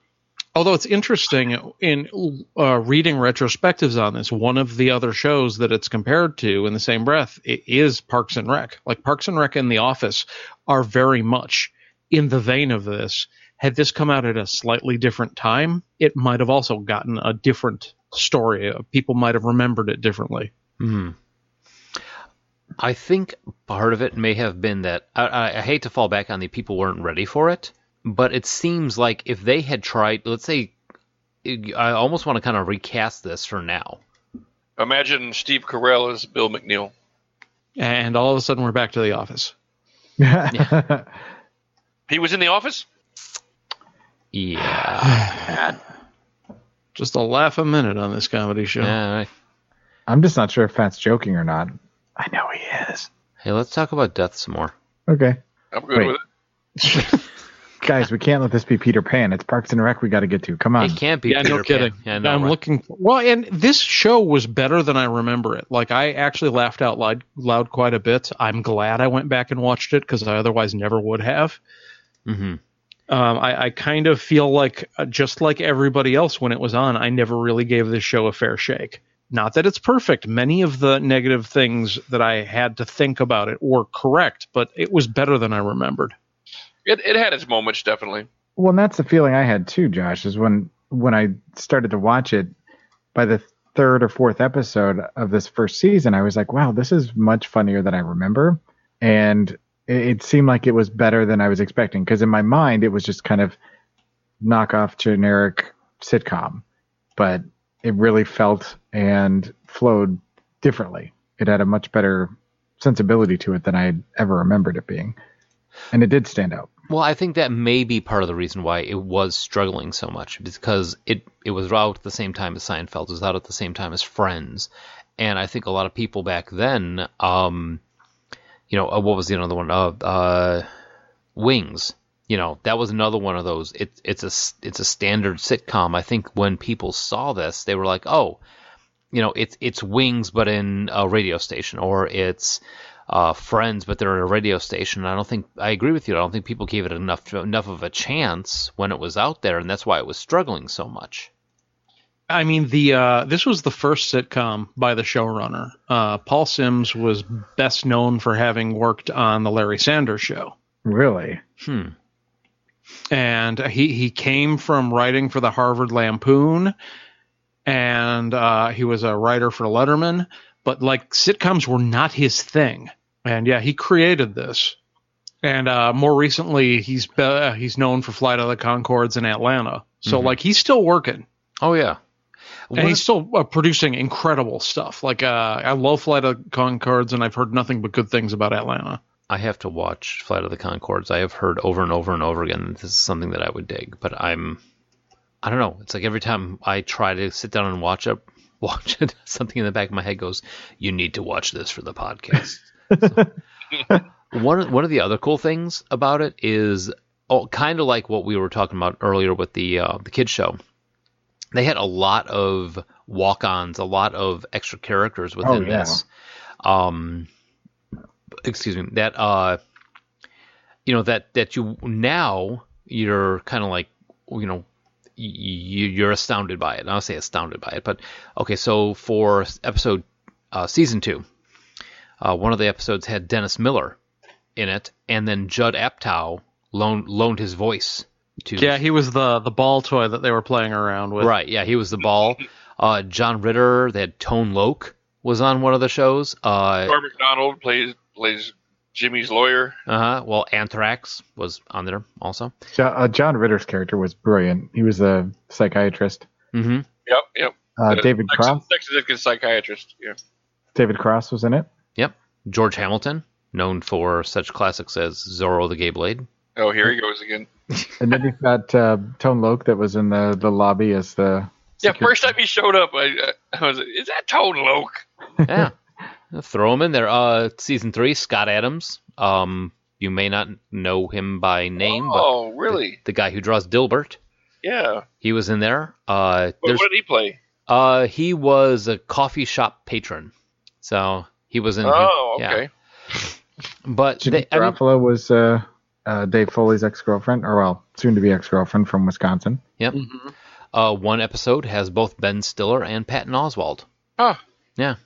[SPEAKER 7] Although it's interesting in uh, reading retrospectives on this, one of the other shows that it's compared to in the same breath i- is Parks and Rec. Like Parks and Rec and The Office are very much in the vein of this. Had this come out at a slightly different time, it might have also gotten a different story. Uh, People might have remembered it differently.
[SPEAKER 4] Hmm. I think part of it may have been that I, I, I hate to fall back on the people weren't ready for it, but it seems like if they had tried, let's say, I almost want to kind of recast this for now.
[SPEAKER 5] Imagine Steve Carell as Bill McNeil.
[SPEAKER 7] and all of a sudden we're back to the office.
[SPEAKER 3] Yeah.
[SPEAKER 5] he was in the office?
[SPEAKER 4] Yeah.
[SPEAKER 7] Just a laugh a minute on this comedy show.
[SPEAKER 4] Yeah,
[SPEAKER 3] I'm just not sure if Pat's joking or not. I know he is.
[SPEAKER 4] Hey, let's talk about death some more.
[SPEAKER 3] Okay.
[SPEAKER 5] I'm good
[SPEAKER 3] Wait.
[SPEAKER 5] with it.
[SPEAKER 3] Guys, we can't let this be Peter Pan. It's Parks and Rec we got to get to. Come on.
[SPEAKER 4] It can't be.
[SPEAKER 7] Yeah,
[SPEAKER 4] Peter
[SPEAKER 7] no kidding.
[SPEAKER 4] Pan. Yeah, no,
[SPEAKER 7] I'm
[SPEAKER 4] right.
[SPEAKER 7] looking. Well, and this show was better than I remember it. Like I actually laughed out loud, loud quite a bit. I'm glad I went back and watched it because I otherwise never would have.
[SPEAKER 4] Mhm.
[SPEAKER 7] Um, I, I kind of feel like uh, just like everybody else when it was on, I never really gave this show a fair shake. Not that it's perfect. Many of the negative things that I had to think about it were correct, but it was better than I remembered.
[SPEAKER 5] it. It had its moments, definitely.
[SPEAKER 3] Well, and that's the feeling I had too, Josh. Is when when I started to watch it by the third or fourth episode of this first season, I was like, "Wow, this is much funnier than I remember," and it, it seemed like it was better than I was expecting because in my mind it was just kind of knockoff generic sitcom, but it really felt and flowed differently. It had a much better sensibility to it than I had ever remembered it being, and it did stand out.
[SPEAKER 4] Well, I think that may be part of the reason why it was struggling so much because it it was out at the same time as Seinfeld, it was out at the same time as Friends, and I think a lot of people back then, um, you know, uh, what was the another one? Uh, uh, Wings. You know, that was another one of those. It's it's a s- it's a standard sitcom. I think when people saw this, they were like, oh, you know, it's it's Wings, but in a radio station, or it's uh, friends, but they're at a radio station. I don't think I agree with you. I don't think people gave it enough enough of a chance when it was out there, and that's why it was struggling so much.
[SPEAKER 7] I mean, the uh, this was the first sitcom by the showrunner. Uh, Paul Sims was best known for having worked on the Larry Sanders Show,
[SPEAKER 3] Really.
[SPEAKER 4] Hmm.
[SPEAKER 7] and he he came from writing for the Harvard Lampoon, and uh, he was a writer for Letterman. But like sitcoms were not his thing, and yeah, he created this. And uh, more recently, he's be- uh, he's known for Flight of the Concords in Atlanta. So like he's still working.
[SPEAKER 4] Oh yeah,
[SPEAKER 7] And he's still uh, producing incredible stuff. Like uh, I love Flight of Concords, and I've heard nothing but good things about Atlanta.
[SPEAKER 4] I have to watch Flight of the Concords. I have heard over and over and over again that this is something that I would dig, but I'm I don't know. It's like every time I try to sit down and watch it, watch it, something in the back of my head goes, "You need to watch this for the podcast." So, one of- one of the other cool things about it is, oh, kind of like what we were talking about earlier with the uh, the kids show. They had a lot of walk-ons, a lot of extra characters within
[SPEAKER 3] yeah.
[SPEAKER 4] this. Um, excuse me. That uh, you know that that you now you're kind of like you know you, you're astounded by it. And I'll say astounded by it, but okay. So for episode uh, season two, uh, one of the episodes had Dennis Miller in it, and then Judd Apatow loaned loaned his voice to
[SPEAKER 7] Yeah, he was the the ball toy that they were playing around with.
[SPEAKER 4] Right. Yeah, he was the ball. Uh, John Ritter, they had Tone Loke was on one of the shows. Uh,
[SPEAKER 5] Norm McDonald plays plays Jimmy's lawyer.
[SPEAKER 4] uh Well, Anthrax was on there also.
[SPEAKER 3] Jo- uh, John Ritter's character was brilliant. He was a psychiatrist.
[SPEAKER 4] Mm-hmm.
[SPEAKER 5] Yep, yep.
[SPEAKER 3] Uh, David
[SPEAKER 5] Texas,
[SPEAKER 3] Cross.
[SPEAKER 5] Texas Institute psychiatrist. Yeah.
[SPEAKER 3] David Cross was in it.
[SPEAKER 4] Yep. George Hamilton, known for such classics as Zorro the Gay Blade.
[SPEAKER 5] Oh, here he goes again.
[SPEAKER 3] And then you've got uh, Tone Loke that was in the, the lobby as the.
[SPEAKER 5] Yeah, first time he showed up, I, I was like, "Is that Tone Loke?"
[SPEAKER 4] Yeah. Throw him in there. Uh, season three, Scott Adams. Um, you may not know him by name, Mm, but
[SPEAKER 5] Oh, really?
[SPEAKER 4] the guy who draws Dilbert,
[SPEAKER 5] Yeah.
[SPEAKER 4] he was in there. Uh,
[SPEAKER 5] What,
[SPEAKER 4] there's,
[SPEAKER 5] what did he play?
[SPEAKER 4] uh, he was a coffee shop patron, so he was in. he-
[SPEAKER 5] Oh,
[SPEAKER 4] Mm-hmm. yeah.
[SPEAKER 5] okay.
[SPEAKER 4] But
[SPEAKER 3] Jimmy
[SPEAKER 4] they, I mean,
[SPEAKER 3] Garofalo was uh, uh, Dave Foley's ex girlfriend, or well, soon to be ex girlfriend from Wisconsin.
[SPEAKER 4] yep.
[SPEAKER 5] Mm-hmm.
[SPEAKER 4] Uh, one episode has both Ben Stiller and Patton Oswald.
[SPEAKER 5] Huh.
[SPEAKER 4] Yeah.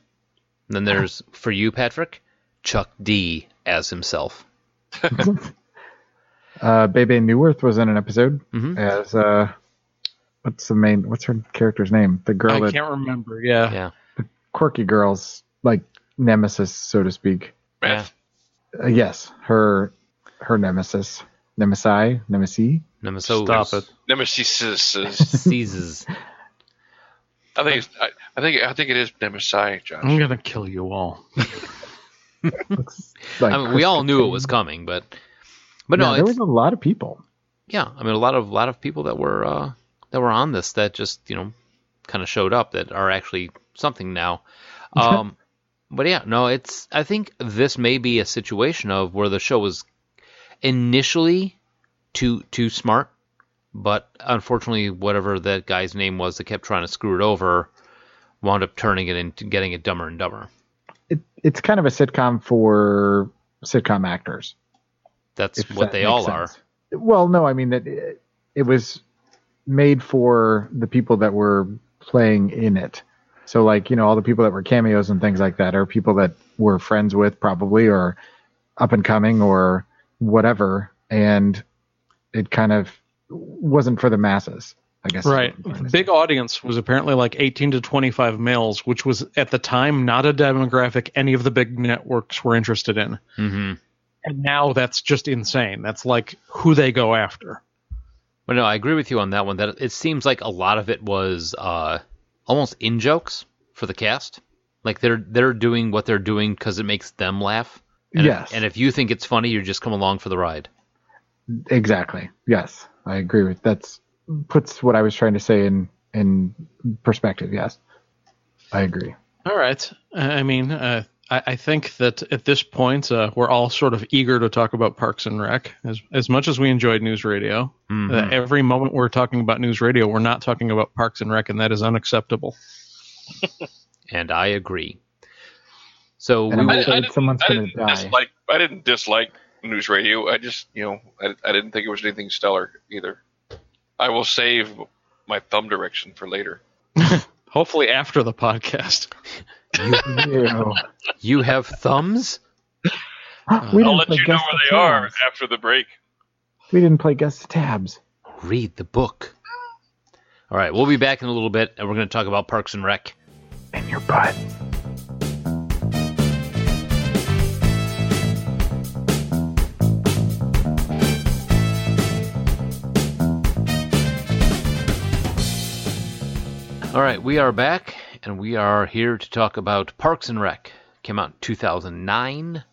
[SPEAKER 4] And then there's for you, Patrick, Chuck D as himself.
[SPEAKER 3] Uh, Bebe Newworth was in an episode
[SPEAKER 7] Mm-hmm.
[SPEAKER 4] Mhm.
[SPEAKER 3] as. Uh, what's the main. What's her character's name? The girl
[SPEAKER 7] I
[SPEAKER 3] that.
[SPEAKER 7] can't remember. Yeah.
[SPEAKER 4] Yeah.
[SPEAKER 3] Quirky girls, like nemesis, so to speak.
[SPEAKER 4] Yeah.
[SPEAKER 3] Uh, yes, her her nemesis. Nemesi? Nemesi?
[SPEAKER 4] Nemesis.
[SPEAKER 7] Stop it.
[SPEAKER 5] Nemesis. is- is-
[SPEAKER 4] Seizes.
[SPEAKER 7] Mm-hmm.
[SPEAKER 5] I think it's, I, I think I think it is Nemesis. Josh.
[SPEAKER 7] I'm gonna kill you all.
[SPEAKER 4] I mean, we all knew it was coming, but but
[SPEAKER 3] Yeah,
[SPEAKER 4] no,
[SPEAKER 3] there
[SPEAKER 4] it's-
[SPEAKER 3] was a lot of people.
[SPEAKER 4] yeah, I mean a lot of lot of people that were uh, that were on this that just you know kind of showed up that are actually something now. Um, but yeah, no, it's I think this may be a situation of where the show was initially too too smart, but unfortunately, whatever that guy's name was that kept trying to screw it over, wound up turning it into getting it dumber and dumber.
[SPEAKER 3] It, it's kind of a sitcom for sitcom actors.
[SPEAKER 4] That's
[SPEAKER 3] If
[SPEAKER 4] what
[SPEAKER 3] that
[SPEAKER 4] they
[SPEAKER 3] makes
[SPEAKER 4] all
[SPEAKER 3] sense.
[SPEAKER 4] are.
[SPEAKER 3] Well, no, I mean that it, it was made for the people that were playing in it. So like, you know, all the people that were cameos and things like that are people that were friends with probably or up and coming or whatever and it kind of wasn't for the masses, I guess.
[SPEAKER 7] Right. The big audience was apparently like 18 to 25 males, which was at the time not a demographic any of the big networks were interested in.
[SPEAKER 4] Mm-hmm.
[SPEAKER 7] And now that's just insane. That's like who they go after.
[SPEAKER 4] But no, I agree with you on that one. That it seems like a lot of it was uh, almost in jokes for the cast. Like they're they're doing what they're doing because it makes them laugh. And
[SPEAKER 3] Yes.
[SPEAKER 4] If, and if you think it's funny, you just come along for the ride.
[SPEAKER 3] Exactly. Yes. I agree with that's puts what I was trying to say in in perspective. Yes. I agree.
[SPEAKER 7] All right. I I mean, uh, I, I think that at this point, uh, we're all sort of eager to talk about Parks and Rec. As, as much as we enjoyed news radio, uh,
[SPEAKER 4] Mhm.
[SPEAKER 7] every moment we're talking about news radio, we're not talking about Parks and Rec, and that is unacceptable.
[SPEAKER 4] And I agree. So
[SPEAKER 3] And
[SPEAKER 4] we
[SPEAKER 3] I'm
[SPEAKER 4] will-
[SPEAKER 3] afraid someone's
[SPEAKER 5] I
[SPEAKER 3] going to
[SPEAKER 5] didn't
[SPEAKER 3] die.
[SPEAKER 5] dislike. I didn't dislike news radio. I just, you know, I, I didn't think it was anything stellar either. I will save my thumb direction for later.
[SPEAKER 7] Hopefully, after the podcast.
[SPEAKER 3] Ew.
[SPEAKER 4] you have thumbs.
[SPEAKER 3] We
[SPEAKER 5] I'll
[SPEAKER 3] didn't
[SPEAKER 5] let
[SPEAKER 3] play
[SPEAKER 5] you know
[SPEAKER 3] guess
[SPEAKER 5] where
[SPEAKER 3] the
[SPEAKER 5] they are
[SPEAKER 3] tabs.
[SPEAKER 5] after the break.
[SPEAKER 3] We didn't play guess the tabs.
[SPEAKER 4] Read the book. All right, we'll be back in a little bit, and we're going to talk about Parks and Rec.
[SPEAKER 3] In your butt.
[SPEAKER 4] All right, we are back, and we are here to talk about Parks and Rec. Came out in 2009,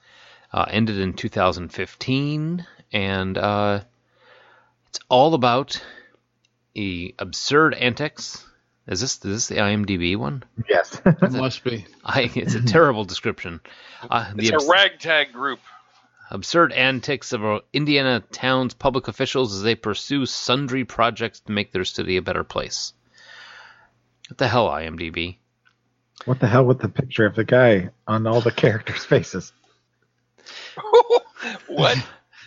[SPEAKER 4] uh, ended in 2015, and uh, it's all about the absurd antics. Is this is this the IMDb one?
[SPEAKER 3] Yes.
[SPEAKER 7] It must be.
[SPEAKER 4] I, it's a terrible description. Uh, the
[SPEAKER 5] It's
[SPEAKER 4] abs-
[SPEAKER 5] a ragtag group.
[SPEAKER 4] absurd antics of uh, Indiana town's public officials as they pursue sundry projects to make their city a better place. What the hell, IMDb?
[SPEAKER 3] what the hell with the picture of the guy on all the characters' faces?
[SPEAKER 5] What?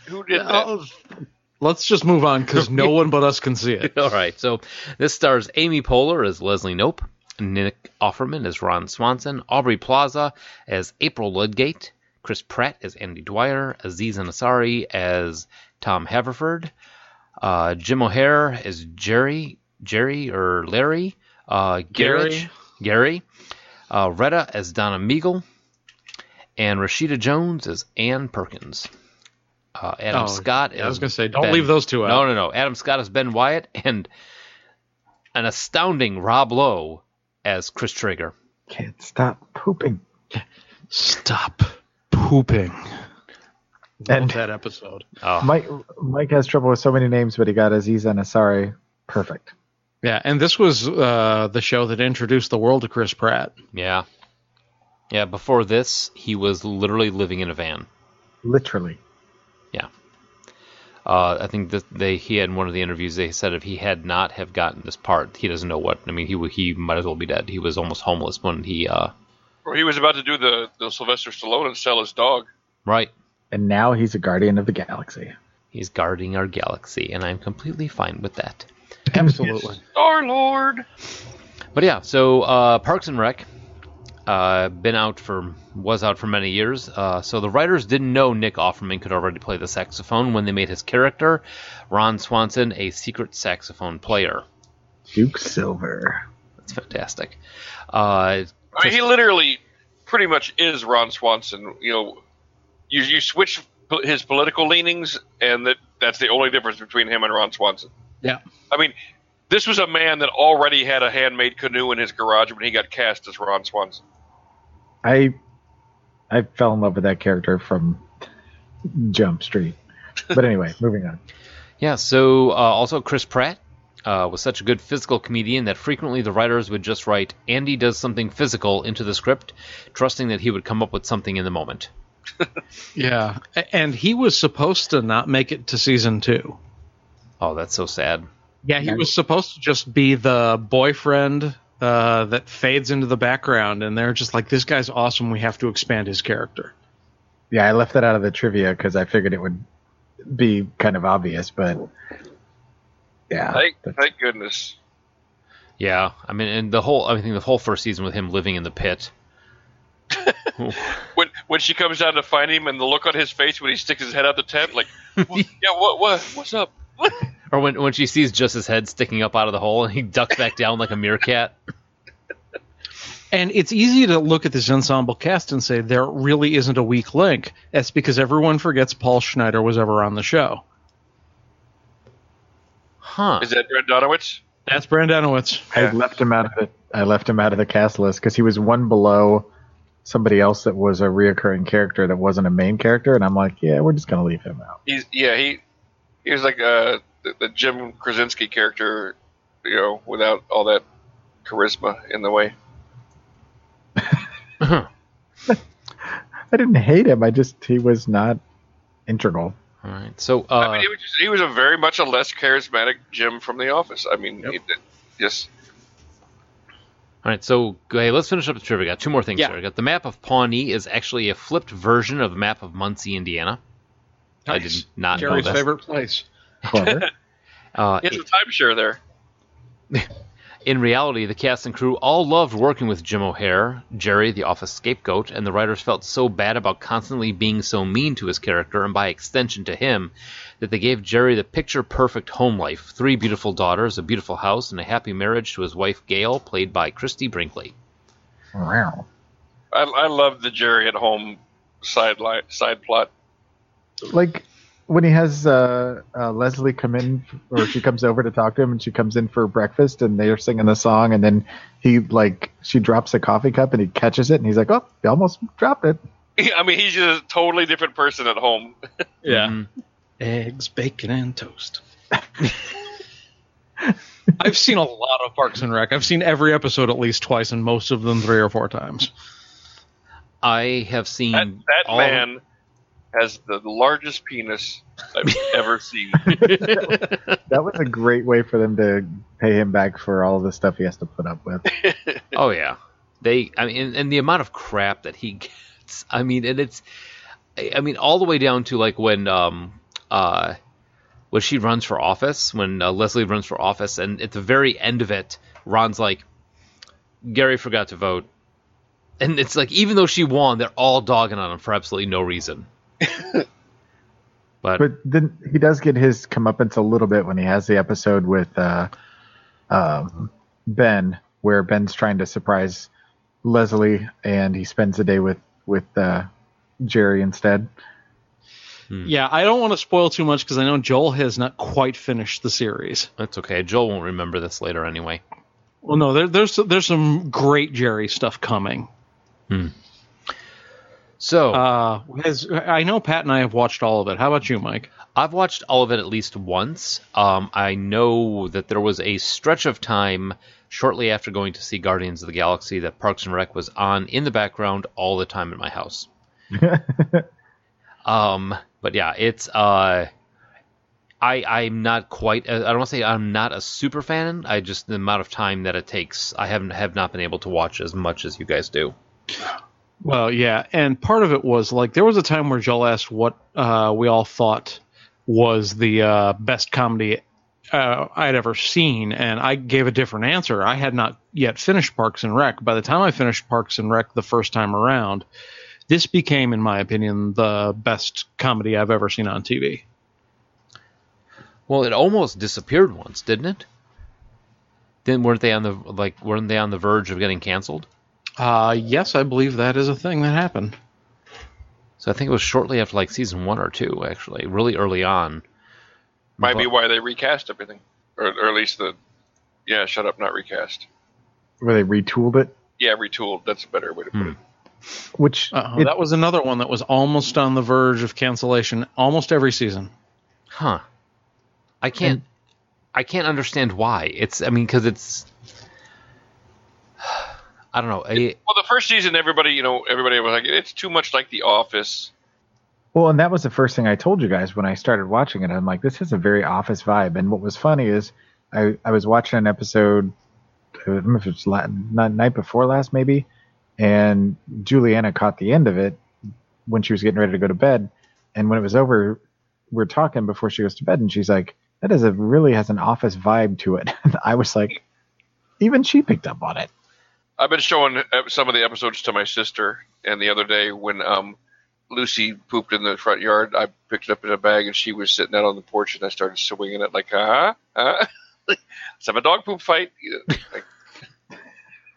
[SPEAKER 5] Who did
[SPEAKER 4] Uh,
[SPEAKER 5] that?
[SPEAKER 3] Oh.
[SPEAKER 7] I'll- let's just move on because no one but us can see it.
[SPEAKER 4] All right. So this stars Amy Poehler as Leslie Nope, Nick Offerman as Ron Swanson, Aubrey Plaza as April Ludgate, Chris Pratt as Andy Dwyer, Aziz Ansari as Tom Haverford, uh, Jim O'Hare as Jerry, Jerry or Larry, uh, Garrett, Gary, uh, Retta as Donna Meagle, and Rashida Jones as Ann Perkins. Uh, Adam
[SPEAKER 7] Oh,
[SPEAKER 4] Scott.
[SPEAKER 7] yeah, I was
[SPEAKER 4] as
[SPEAKER 7] gonna say, don't
[SPEAKER 4] Um, Ben-
[SPEAKER 7] leave those two out.
[SPEAKER 4] No, no, no. Adam Scott as Ben Wyatt and an astounding Rob Lowe as Chris Traeger.
[SPEAKER 3] Can't stop pooping.
[SPEAKER 7] Stop pooping.
[SPEAKER 3] And-
[SPEAKER 7] Love that episode.
[SPEAKER 4] Oh,
[SPEAKER 3] Mike Mike has trouble with so many names, but he got Aziz Ansari perfect.
[SPEAKER 7] Yeah, and this was uh, the show that introduced the world to Chris Pratt.
[SPEAKER 4] yeah. Yeah, before this, he was literally living in a van.
[SPEAKER 3] Literally.
[SPEAKER 4] Yeah. Uh, I think that they he had in one of the interviews they said if he had not have gotten this part, he doesn't know what. I mean, he w- he might as well be dead. He was almost homeless when he uh
[SPEAKER 5] Or he was about to do the, the Sylvester Stallone and sell his dog.
[SPEAKER 4] right.
[SPEAKER 3] And now he's a guardian of the galaxy.
[SPEAKER 4] He's guarding our galaxy, and I'm completely fine with that.
[SPEAKER 7] Absolutely.
[SPEAKER 5] Star Lord.
[SPEAKER 4] But yeah, so uh, Parks and Rec uh, been out for was out for many years. Uh, so the writers didn't know Nick Offerman could already play the saxophone when they made his character Ron Swanson a secret saxophone player.
[SPEAKER 3] Duke Silver.
[SPEAKER 4] That's fantastic. Uh,
[SPEAKER 5] I mean, he literally pretty much is Ron Swanson. You know, you you switch po- his political leanings, and that that's the only difference between him and Ron Swanson.
[SPEAKER 7] Yeah.
[SPEAKER 5] I mean, this was a man that already had a handmade canoe in his garage when he got cast as Ron Swanson.
[SPEAKER 3] I I fell in love with that character from Jump Street. But anyway, moving on.
[SPEAKER 4] Yeah, so uh, also Chris Pratt uh, was such a good physical comedian that frequently the writers would just write, Andy does something physical into the script, trusting that he would come up with something in the moment.
[SPEAKER 7] yeah, A- and he was supposed to not make it to season two.
[SPEAKER 4] Oh, that's so sad.
[SPEAKER 7] Yeah, he was supposed to just be the boyfriend uh, that fades into the background, and they're just like, "This guy's awesome. We have to expand his character."
[SPEAKER 3] Yeah, I left that out of the trivia because I figured it would be kind of obvious, but yeah.
[SPEAKER 5] Thank, thank goodness.
[SPEAKER 4] Yeah, I mean, and the whole I think the whole first season with him living in the pit.
[SPEAKER 5] When when she comes down to find him and the look on his face when he sticks his head out the tent, like, "Wha- yeah, what what what's up?
[SPEAKER 4] Or when, when she sees just his head sticking up out of the hole and he ducks back down like a meerkat.
[SPEAKER 7] And it's easy to look at this ensemble cast and say there really isn't a weak link. That's because everyone forgets Paul Schneider was ever on the show.
[SPEAKER 4] Huh.
[SPEAKER 5] Is that Brad Donowitz?
[SPEAKER 7] That's Brandanowitz.
[SPEAKER 3] I left him out of it. I left him out of the cast list because he was one below somebody else that was a reoccurring character that wasn't a main character, and I'm like, yeah, we're just gonna leave him out.
[SPEAKER 5] He's yeah he he was like uh, the, the Jim Krasinski character, you know, without all that charisma in the way.
[SPEAKER 3] I didn't hate him. I just he was not integral.
[SPEAKER 4] All right. So, uh,
[SPEAKER 5] He was just, he was a very much a less charismatic Jim from The Office. I mean, he did- yes,
[SPEAKER 4] all right. So, hey, let's finish up the trivia. We got two more things here. We got the map of Pawnee is actually a flipped version of the map of Muncie, Indiana. I did
[SPEAKER 7] Nice.
[SPEAKER 4] not know
[SPEAKER 7] Jerry's
[SPEAKER 4] that.
[SPEAKER 7] favorite place.
[SPEAKER 3] Clever.
[SPEAKER 4] Uh,
[SPEAKER 5] he has a timeshare there.
[SPEAKER 4] In reality, the cast and crew all loved working with Jim O'Hare, Jerry, the office scapegoat, and the writers felt so bad about constantly being so mean to his character and by extension to him that they gave Jerry the picture perfect home life three beautiful daughters, a beautiful house, and a happy marriage to his wife Gail, played by Christy Brinkley.
[SPEAKER 3] wow.
[SPEAKER 5] I, I love the Jerry at home sideline side plot.
[SPEAKER 3] Like when he has uh, uh, Leslie come in, or she comes over to talk to him, and she comes in for breakfast, and they're singing the song, and then he like she drops a coffee cup, and he catches it, and he's like, oh, he almost dropped it.
[SPEAKER 5] I mean, he's just a totally different person at home.
[SPEAKER 7] Yeah. Eggs, bacon, and toast. I've seen a lot of Parks and Rec. I've seen every episode at least twice, and most of them three or four times.
[SPEAKER 4] I have seen
[SPEAKER 5] That, that
[SPEAKER 4] all
[SPEAKER 5] man has the largest penis I've ever seen.
[SPEAKER 3] That was a great way for them to pay him back for all the stuff he has to put up with.
[SPEAKER 4] Oh yeah, they. I mean, and, and the amount of crap that he gets. I mean, and it's. I I mean, all the way down to like when um uh when she runs for office, when uh, Leslie runs for office, and at the very end of it, Ron's like, Gary forgot to vote, and it's like even though she won, they're all dogging on him for absolutely no reason. but,
[SPEAKER 3] But then he does get his comeuppance a little bit when he has the episode with uh, um, Ben, where Ben's trying to surprise Leslie, and he spends the day with with uh, Jerry instead.
[SPEAKER 7] Yeah, I don't want to spoil too much because I know Joel has not quite finished the series.
[SPEAKER 4] that's okay. Joel won't remember this later anyway.
[SPEAKER 7] Well, no, there, there's there's some great Jerry stuff coming.
[SPEAKER 4] So
[SPEAKER 7] Uh, has, I know Pat and I have watched all of it. How about you, Mike?
[SPEAKER 4] I've watched all of it at least once. Um, I know that there was a stretch of time shortly after going to see Guardians of the Galaxy that Parks and Rec was on in the background all the time at my house. um, but yeah, it's uh, I I'm not quite. I don't want to say I'm not a super fan. I just the amount of time that it takes. I haven't have not been able to watch as much as you guys do.
[SPEAKER 7] Well, yeah, and part of it was like there was a time where Joel asked what uh, we all thought was the uh, best comedy uh, I'd ever seen, and I gave a different answer. I had not yet finished Parks and Rec. By the time I finished Parks and Rec the first time around, this became, in my opinion, the best comedy I've ever seen on TV.
[SPEAKER 4] Well, it almost disappeared once, didn't it? Then weren't they on the like weren't they on the verge of getting canceled?
[SPEAKER 7] Uh, yes, I believe that is a thing that happened.
[SPEAKER 4] So I think it was shortly after like season one or two, actually, really early on.
[SPEAKER 5] Might be why they recast everything, or, or at least the yeah, shut up, not recast.
[SPEAKER 3] Where they retooled it.
[SPEAKER 5] Yeah, retooled. That's a better way to put it.
[SPEAKER 3] Which
[SPEAKER 7] it, Uh-huh. that was another one that was almost on the verge of cancellation almost every season.
[SPEAKER 4] Huh. I can't. And, I can't understand why. It's. I mean, because it's. I don't know. I,
[SPEAKER 5] well, the first season, everybody, you know, everybody was like, "It's too much like The Office."
[SPEAKER 3] Well, and that was the first thing I told you guys when I started watching it. I'm like, "This has a very Office vibe." And what was funny is, I I was watching an episode. I don't know if it's night before last, maybe, and Juliana caught the end of it when she was getting ready to go to bed. And when it was over, we're talking before she goes to bed, and she's like, "That is a really has an Office vibe to it." I was like, even she picked up on it.
[SPEAKER 5] I've been showing uh, some of the episodes to my sister, and the other day when um, Lucy pooped in the front yard, I picked it up in a bag, and she was sitting out on the porch, and I started swinging it like, huh? huh? Let's have a dog poop fight. Like,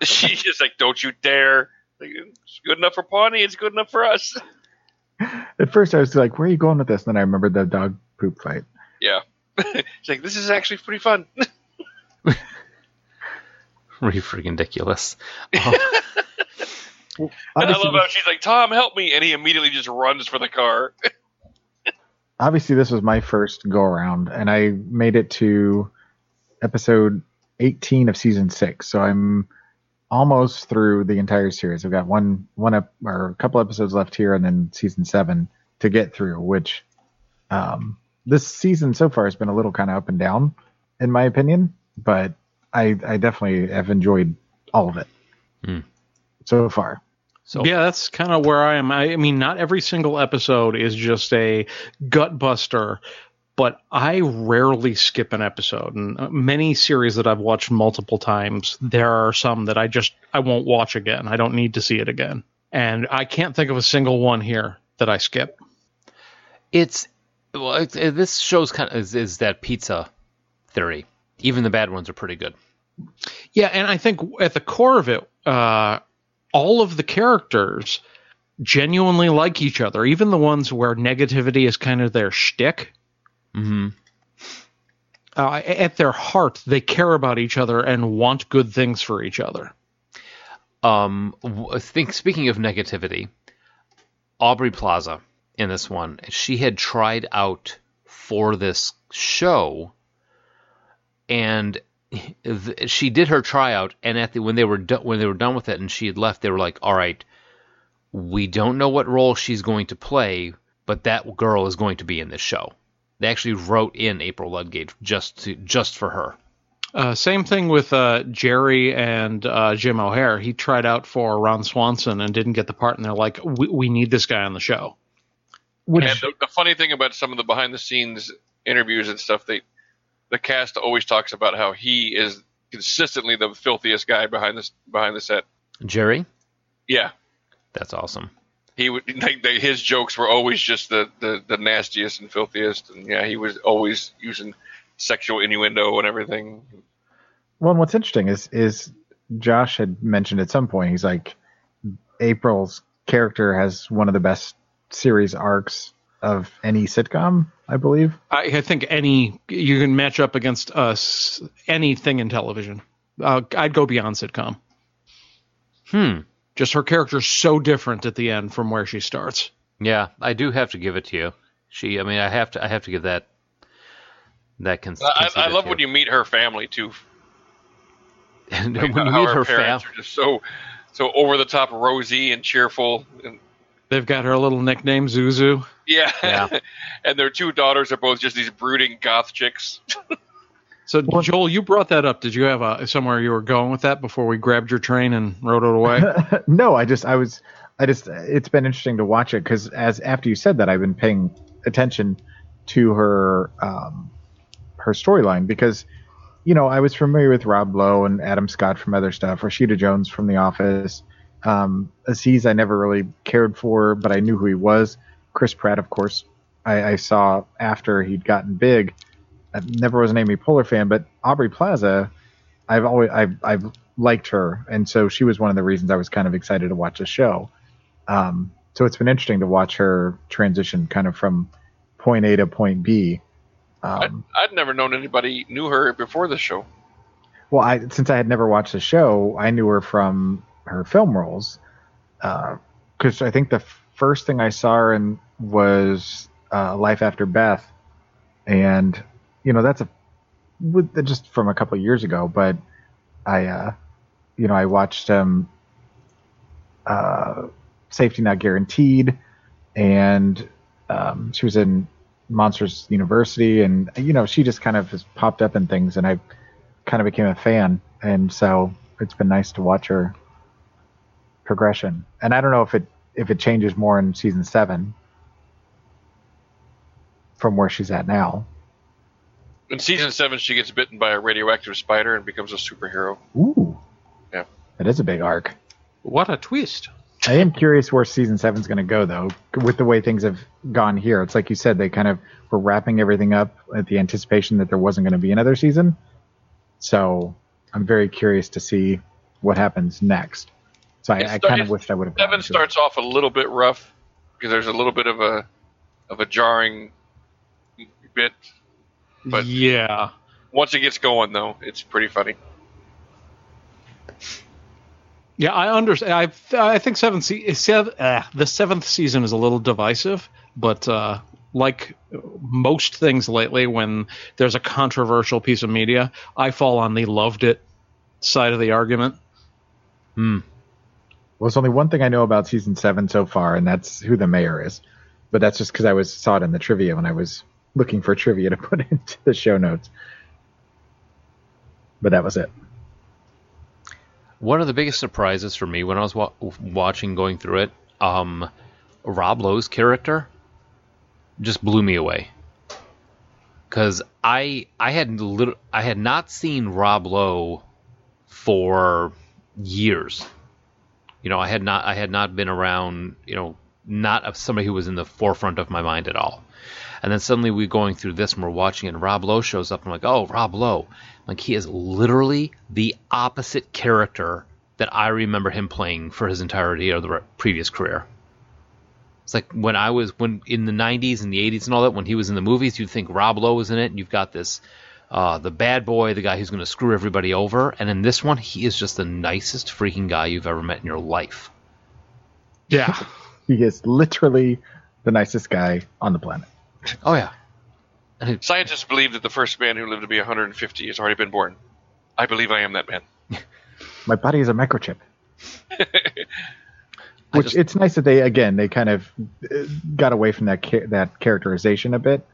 [SPEAKER 5] she's just like, don't you dare. Like, it's good enough for Pawnee, it's good enough for us.
[SPEAKER 3] At first, I was like, where are you going with this? And then I remembered the dog poop fight.
[SPEAKER 5] Yeah. She's like, this is actually pretty fun.
[SPEAKER 4] really freaking ridiculous.
[SPEAKER 5] Oh. and I love how she's like, Tom, help me. And he immediately just runs for the car.
[SPEAKER 3] obviously, this was my first go around, and I made it to episode 18 of season six. So I'm almost through the entire series. I've got one, one up, or a couple episodes left here, and then season seven to get through, which um, this season so far has been a little kind of up and down, in my opinion. But I, I, definitely have enjoyed all of it mm. so far.
[SPEAKER 7] So yeah, that's kind of where I am. I, I, mean, not every single episode is just a gut buster, but I rarely skip an episode. And uh, many series that I've watched multiple times, there are some that I just I won't watch again. I don't need to see it again, and I can't think of a single one here that I skip.
[SPEAKER 4] It's well, it's, it, this show's kind of is, is that pizza theory. Even the bad ones are pretty good.
[SPEAKER 7] Yeah, and I think at the core of it, uh, all of the characters genuinely like each other, even the ones where negativity is kind of their shtick.
[SPEAKER 4] Mm-hmm.
[SPEAKER 7] Uh, at their heart, they care about each other and want good things for each other.
[SPEAKER 4] Um, I think speaking of negativity, Aubrey Plaza in this one, she had tried out for this show, and she did her tryout and at the when they were do, when they were done with it and she had left they were like all right we don't know what role she's going to play but that girl is going to be in this show they actually wrote in April Ludgate just to, just for her
[SPEAKER 7] uh, same thing with uh, Jerry and uh, Jim O'Hare. He tried out for Ron Swanson and didn't get the part, and they're like, "We, we need this guy on the show."
[SPEAKER 5] Which... And the, the funny thing about some of the behind-the-scenes interviews and stuff, they the cast always talks about how he is consistently the filthiest guy behind this behind the set.
[SPEAKER 4] Jerry.
[SPEAKER 5] Yeah,
[SPEAKER 4] that's awesome.
[SPEAKER 5] He would like the, his jokes were always just the, the the nastiest and filthiest, and yeah, he was always using sexual innuendo and everything.
[SPEAKER 3] Well, and what's interesting is is Josh had mentioned at some point he's like April's character has one of the best series arcs of any sitcom, I believe.
[SPEAKER 7] I, I, think any you can match up against us anything in television. Uh, I'd go beyond sitcom.
[SPEAKER 4] Hmm.
[SPEAKER 7] Just her character's so different at the end from where she starts.
[SPEAKER 4] Yeah, I do have to give it to you. She, I mean, I have to, I have to give that that cons-
[SPEAKER 5] I, I love when you meet her family too.
[SPEAKER 4] and when you meet her, her family,
[SPEAKER 5] just so so over the top, rosy and cheerful, and
[SPEAKER 7] They've got her little nickname, Zuzu.
[SPEAKER 5] Yeah. yeah. and their two daughters are both just these brooding goth chicks.
[SPEAKER 7] so, well, Joel, you brought that up. Did you have a, somewhere you were going with that before we grabbed your train and rode it away?
[SPEAKER 3] no, I just, I was, I just, it's been interesting to watch it because as after you said that, I've been paying attention to her, um, her storyline because, you know, I was familiar with Rob Lowe and Adam Scott from other stuff, Rashida Jones from The Office. Um, Aziz, I never really cared for, but I knew who he was. Chris Pratt, of course, I, I saw after he'd gotten big. I never was an Amy Poehler fan, but Aubrey Plaza, I've always I've, I've liked her, and so she was one of the reasons I was kind of excited to watch the show. Um, so it's been interesting to watch her transition kind of from point A to point B.
[SPEAKER 5] Um, I'd, I'd never known anybody knew her before the show.
[SPEAKER 3] Well, I, since I had never watched the show, I knew her from her film roles, uh, because I think the first thing I saw her in was uh, Life After Beth, and you know that's a with just from a couple of years ago, but I, uh, you know, I watched um, uh, Safety Not Guaranteed, and um, she was in Monsters University, and you know, she just kind of has popped up in things, and I kind of became a fan, and so it's been nice to watch her progression. And I don't know if it if it changes more in season seven from where she's at now.
[SPEAKER 5] In season seven, she gets bitten by a radioactive spider and becomes a superhero.
[SPEAKER 3] Ooh,
[SPEAKER 5] Yeah.
[SPEAKER 3] that is a big arc.
[SPEAKER 7] What a twist.
[SPEAKER 3] I am curious where season seven's going to go, though, with the way things have gone here. It's like you said, they kind of were wrapping everything up at the anticipation that there wasn't going to be another season. So I'm very curious to see what happens next. So I, I kind of wished I would have.
[SPEAKER 5] Seven starts off a little bit rough because there's a little bit of a of a jarring bit. But-
[SPEAKER 7] yeah.
[SPEAKER 5] Once it gets going, though, it's pretty funny.
[SPEAKER 7] Yeah, I understand. I I think seventh se- sev- uh, the seventh season is a little divisive, but uh, like most things lately, when there's a controversial piece of media, I fall on the loved it side of the argument.
[SPEAKER 3] Hmm. Well, there's only one thing I know about season seven so far, and that's who the mayor is. But that's just because I was saw it in the trivia when I was looking for trivia to put into the show notes. But that was it.
[SPEAKER 4] One of the biggest surprises for me when I was wa- watching, going through it, um, Rob Lowe's character just blew me away. Because I I had lit- I had not seen Rob Lowe for years. You know, I had not I had not been around. You know, not of somebody who was in the forefront of my mind at all. And then suddenly we're going through this and we're watching it. And Rob Lowe shows up. I'm like, oh, Rob Lowe. Like he is literally the opposite character that I remember him playing for his entirety of the re- previous career. It's like when I was when in the 90s and the 80s and all that when he was in the movies, you'd think Rob Lowe was in it, and you've got this uh, the bad boy, the guy who's going to screw everybody over. And in this one, he is just the nicest freaking guy you've ever met in your life.
[SPEAKER 7] Yeah.
[SPEAKER 3] he is literally the nicest guy on the planet.
[SPEAKER 4] Oh yeah.
[SPEAKER 5] Scientists believe that the first man who lived to be 150 has already been born. I believe I am that man.
[SPEAKER 3] My body is a microchip. Which it's nice that they again they kind of uh, got away from that cha- that characterization a bit.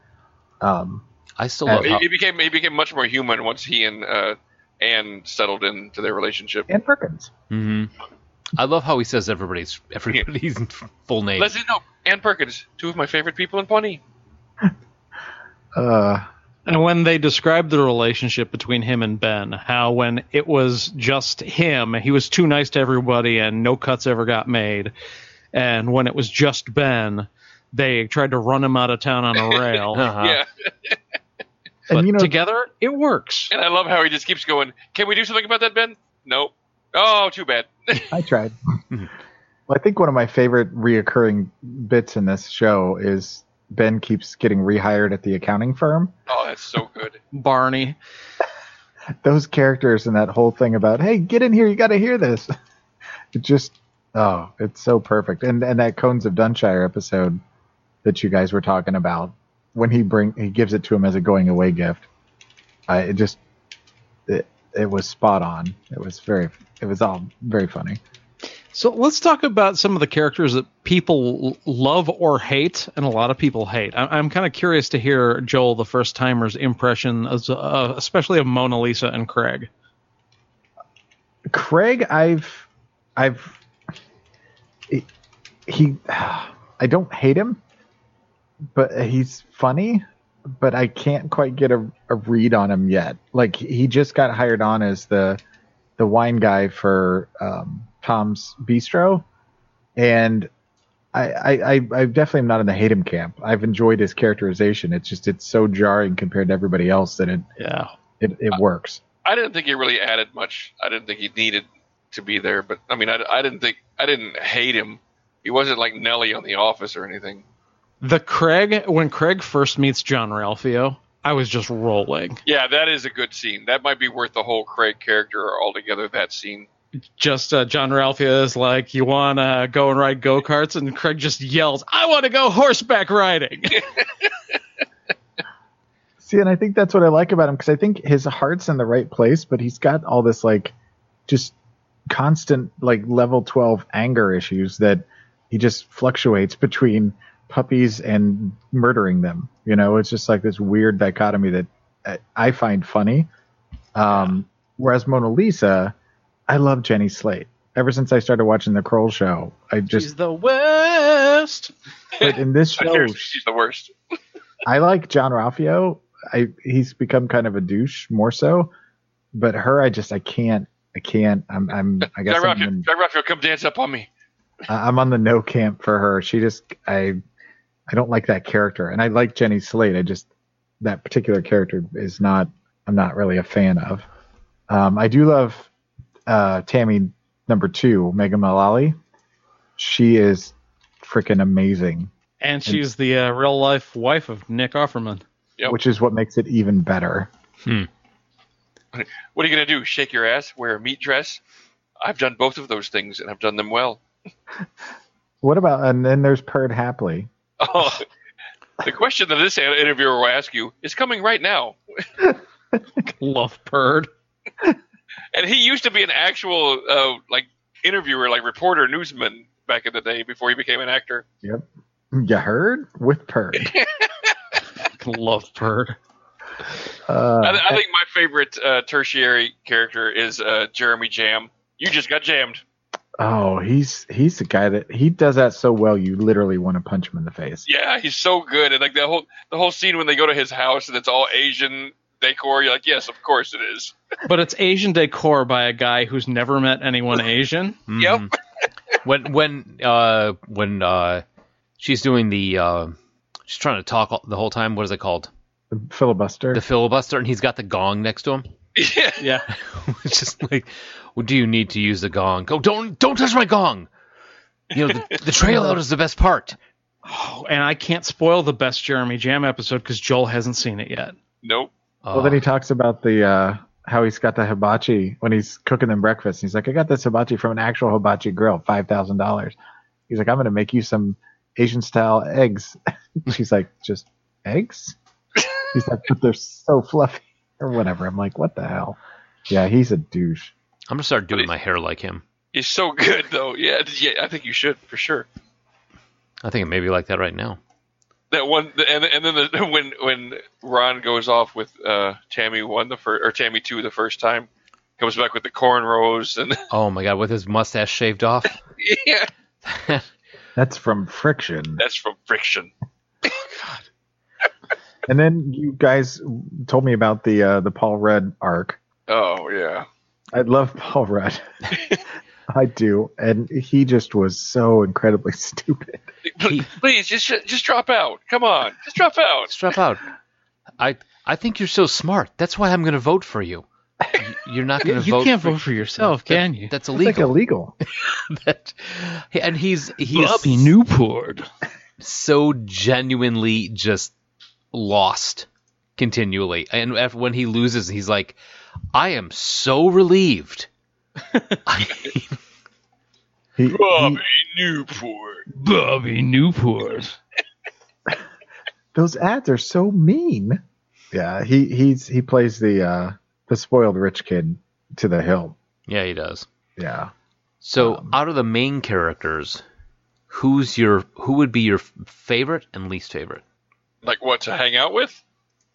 [SPEAKER 3] Um,
[SPEAKER 4] I still
[SPEAKER 5] he, he became he became much more human once he and uh, Anne settled into their relationship.
[SPEAKER 3] And Perkins.
[SPEAKER 4] hmm I love how he says everybody's everybody's full name.
[SPEAKER 5] Leslie, no, Anne Perkins, two of my favorite people in Pawnee.
[SPEAKER 3] Uh,
[SPEAKER 7] and when they described the relationship between him and Ben, how when it was just him, he was too nice to everybody and no cuts ever got made. And when it was just Ben, they tried to run him out of town on a rail.
[SPEAKER 5] Yeah.
[SPEAKER 7] But together, it works.
[SPEAKER 5] And I love how he just keeps going. Can we do something about that, Ben? Nope. Oh, too bad.
[SPEAKER 3] I tried. well, I think one of my favorite reoccurring bits in this show is Ben keeps getting rehired at the accounting firm.
[SPEAKER 5] Oh, that's so good.
[SPEAKER 7] Barney.
[SPEAKER 3] Those characters and that whole thing about hey, get in here, you got to hear this. It just oh, it's so perfect. And and that Cones of Dunshire episode that you guys were talking about when he bring he gives it to him as a going away gift. I it just it, it was spot on. It was very it was all very funny.
[SPEAKER 7] So let's talk about some of the characters that people l- love or hate, and a lot of people hate. I- I'm kind of curious to hear Joel, the first timer's impression, as, uh, especially of Mona Lisa and Craig.
[SPEAKER 3] Craig, I've, I've, he- he, I don't hate him, but he's funny, but I can't quite get a, a read on him yet. Like he just got hired on as the, the wine guy for um, Tom's Bistro, and I, I, I, I definitely am not in the hate him camp. I've enjoyed his characterization. It's just it's so jarring compared to everybody else that it,
[SPEAKER 7] yeah,
[SPEAKER 3] it, it works.
[SPEAKER 5] I didn't think he really added much. I didn't think he needed to be there, but I mean, I, I didn't think I didn't hate him. He wasn't like Nelly on The Office or anything.
[SPEAKER 7] The Craig, when Craig first meets John Ralphio, I was just rolling.
[SPEAKER 5] Yeah, that is a good scene. That might be worth the whole Craig character altogether. That scene.
[SPEAKER 7] just uh, John Ralphia is like, "You want to go and ride go karts?" and Craig just yells, "I want to go horseback riding."
[SPEAKER 3] See, and I think that's what I like about him because I think his heart's in the right place, but he's got all this like just constant like level 12 anger issues that he just fluctuates between puppies and murdering them. You know, it's just like this weird dichotomy that uh, I find funny. Um, whereas Mona Lisa, I love Jenny Slate. Ever since I started watching The Kroll Show, I
[SPEAKER 7] She's
[SPEAKER 3] just,
[SPEAKER 7] the worst.
[SPEAKER 3] but in this show,
[SPEAKER 5] Seriously, she's the worst.
[SPEAKER 3] I like John Ralphio. I he's become kind of a douche more so, but her, I just I can't I can't. I'm I'm I guess
[SPEAKER 5] John
[SPEAKER 3] I'm,
[SPEAKER 5] Raphael,
[SPEAKER 3] in-
[SPEAKER 5] John Raphael, come dance up on me.
[SPEAKER 3] I'm on the no camp for her. She just I I don't like that character, and I like Jenny Slate. I just that particular character is not I'm not really a fan of. Um, I do love uh, Tammy number two, Megan Mullally. She is freaking amazing.
[SPEAKER 7] And she's the uh, real life wife of Nick Offerman.
[SPEAKER 3] which is what makes it even better.
[SPEAKER 5] What are you going to do? Shake your ass? Wear a meat dress? I've done both of those things, and I've done them well.
[SPEAKER 3] What about and then there's Perd Hapley.
[SPEAKER 5] Oh, the question that this interviewer will ask you is coming right now.
[SPEAKER 7] Love Perd.
[SPEAKER 5] And he used to be an actual uh, like interviewer, like reporter, newsman back in the day before he became an actor.
[SPEAKER 3] Yep. You heard with Perd.
[SPEAKER 7] Love Perd.
[SPEAKER 3] Uh,
[SPEAKER 5] I, th- I think my favorite uh, tertiary character is uh, Jeremy Jam. You just got jammed.
[SPEAKER 3] oh, he's he's the guy that he does that so well. You literally want to punch him in the face.
[SPEAKER 5] Yeah, he's so good. And like the whole the whole scene when they go to his house and it's all Asian decor. You're like, yes, of course it is.
[SPEAKER 7] But it's Asian decor by a guy who's never met anyone Asian.
[SPEAKER 5] Yep.
[SPEAKER 4] when when uh when uh she's doing the uh she's trying to talk all- the whole time. What is it called?
[SPEAKER 3] The filibuster.
[SPEAKER 4] The filibuster, and he's got the gong next to him.
[SPEAKER 7] Yeah.
[SPEAKER 4] it's just like, well, do you need to use the gong? Go, don't don't touch my gong. You know, the, the trail out is the best part.
[SPEAKER 7] Oh, and I can't spoil the best Jeremy Jam episode because Joel hasn't seen it yet.
[SPEAKER 5] Nope.
[SPEAKER 3] well, then he talks about the uh, how he's got the hibachi when he's cooking them breakfast. He's like, I got this hibachi from an actual hibachi grill, five thousand dollars. He's like, I'm gonna make you some Asian style eggs. She's like, just eggs? He's like, but they're so fluffy or whatever. I'm like, what the hell? Yeah, he's a douche.
[SPEAKER 4] I'm gonna start doing my hair like him.
[SPEAKER 5] He's so good though. Yeah, yeah. I think you should for sure.
[SPEAKER 4] I think it may be like that right now.
[SPEAKER 5] That one, and and then the, when when Ron goes off with uh, Tammy one the first or Tammy two the first time, comes back with the cornrows and
[SPEAKER 4] Oh my god, with his mustache shaved off.
[SPEAKER 5] yeah,
[SPEAKER 3] That's from friction.
[SPEAKER 5] that's from friction.
[SPEAKER 3] And then you guys told me about the uh, the Paul Rudd arc.
[SPEAKER 5] Oh yeah,
[SPEAKER 3] I love Paul Rudd. I do, and he just was so incredibly stupid.
[SPEAKER 5] please just just drop out. Come on, just drop out.
[SPEAKER 4] Strap out. I I think you're so smart. That's why I'm gonna vote for you. Y- You're not gonna
[SPEAKER 7] You
[SPEAKER 4] vote.
[SPEAKER 7] can't
[SPEAKER 4] for-
[SPEAKER 7] vote for yourself, can you?
[SPEAKER 4] That's
[SPEAKER 3] It's like
[SPEAKER 4] illegal.
[SPEAKER 3] illegal.
[SPEAKER 4] that, and he's he's
[SPEAKER 7] Newport.
[SPEAKER 4] so genuinely just lost continually. And af- when he loses, he's like, "I am so relieved."
[SPEAKER 3] He, he-
[SPEAKER 5] Bobby Newport.
[SPEAKER 7] Bobby Newport.
[SPEAKER 3] those ads are so mean. Yeah, he he's he plays the uh, the spoiled rich kid to the hilt.
[SPEAKER 4] Yeah, he does.
[SPEAKER 3] Yeah,
[SPEAKER 4] So, out of the main characters, who's your who would be your f- favorite and least favorite?
[SPEAKER 5] Like what to hang out with?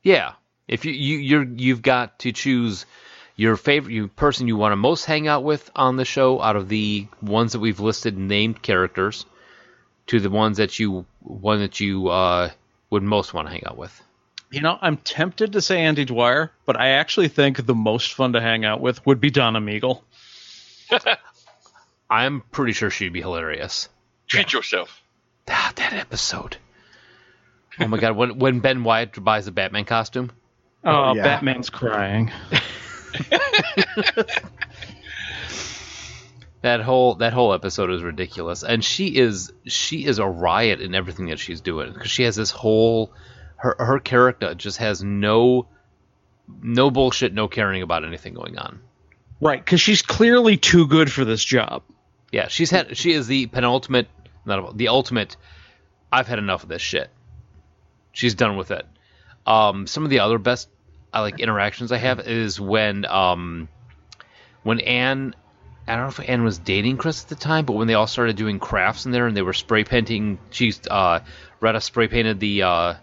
[SPEAKER 4] Yeah, if you you you're you've got to choose your favorite you, person you want to most hang out with on the show out of the ones that we've listed named characters to the ones that you one that you uh, would most want to hang out with.
[SPEAKER 7] You know, I'm tempted to say Andy Dwyer, but I actually think the most fun to hang out with would be Donna Meagle.
[SPEAKER 4] I'm pretty sure she'd be hilarious.
[SPEAKER 5] Treat yourself.
[SPEAKER 4] Ah, that episode. Oh my god, when when Ben Wyatt buys a Batman costume.
[SPEAKER 7] Oh,
[SPEAKER 3] yeah.
[SPEAKER 7] Batman's crying.
[SPEAKER 4] That whole that whole episode is ridiculous, and she is she is a riot in everything that she's doing because she has this whole her her character just has no no bullshit, no caring about anything going on.
[SPEAKER 7] Right, because she's clearly too good for this job.
[SPEAKER 4] Yeah, she's had. She is the penultimate, not the ultimate. I've had enough of this shit. She's done with it. Um, some of the other best uh, like interactions I have is when um, when Anne. I don't know if Anne was dating Chris at the time, but when they all started doing crafts in there and they were spray painting, she's uh, Retta spray painted the uh,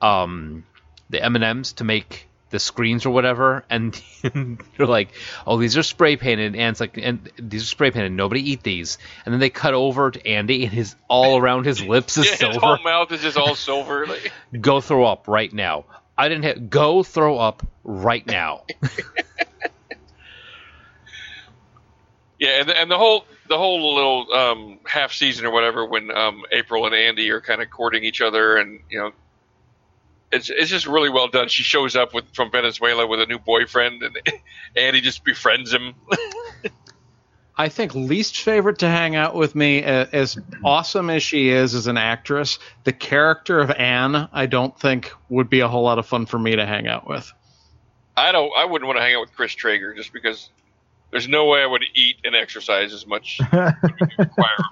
[SPEAKER 4] um, the M and M's to make the screens or whatever, and you're like, "Oh, these are spray painted," and it's like, "And these are spray painted. Nobody eat these." And then they cut over to Andy, and his all around his lips is
[SPEAKER 5] yeah,
[SPEAKER 4] silver.
[SPEAKER 5] his whole mouth is just all silver. Like,
[SPEAKER 4] Go throw up right now. I didn't hit. Go throw up right now.
[SPEAKER 5] yeah, and, and the whole the whole little um, half season or whatever when um, April and Andy are kind of courting each other, and you know, it's it's just really well done. She shows up with from Venezuela with a new boyfriend, and Andy just befriends him.
[SPEAKER 7] I think least favorite to hang out with me, a- as awesome as she is as an actress, the character of Anne, I don't think would be a whole lot of fun for me to hang out with.
[SPEAKER 5] I don't. I wouldn't want to hang out with Chris Traeger just because there's no way I would eat and exercise as much.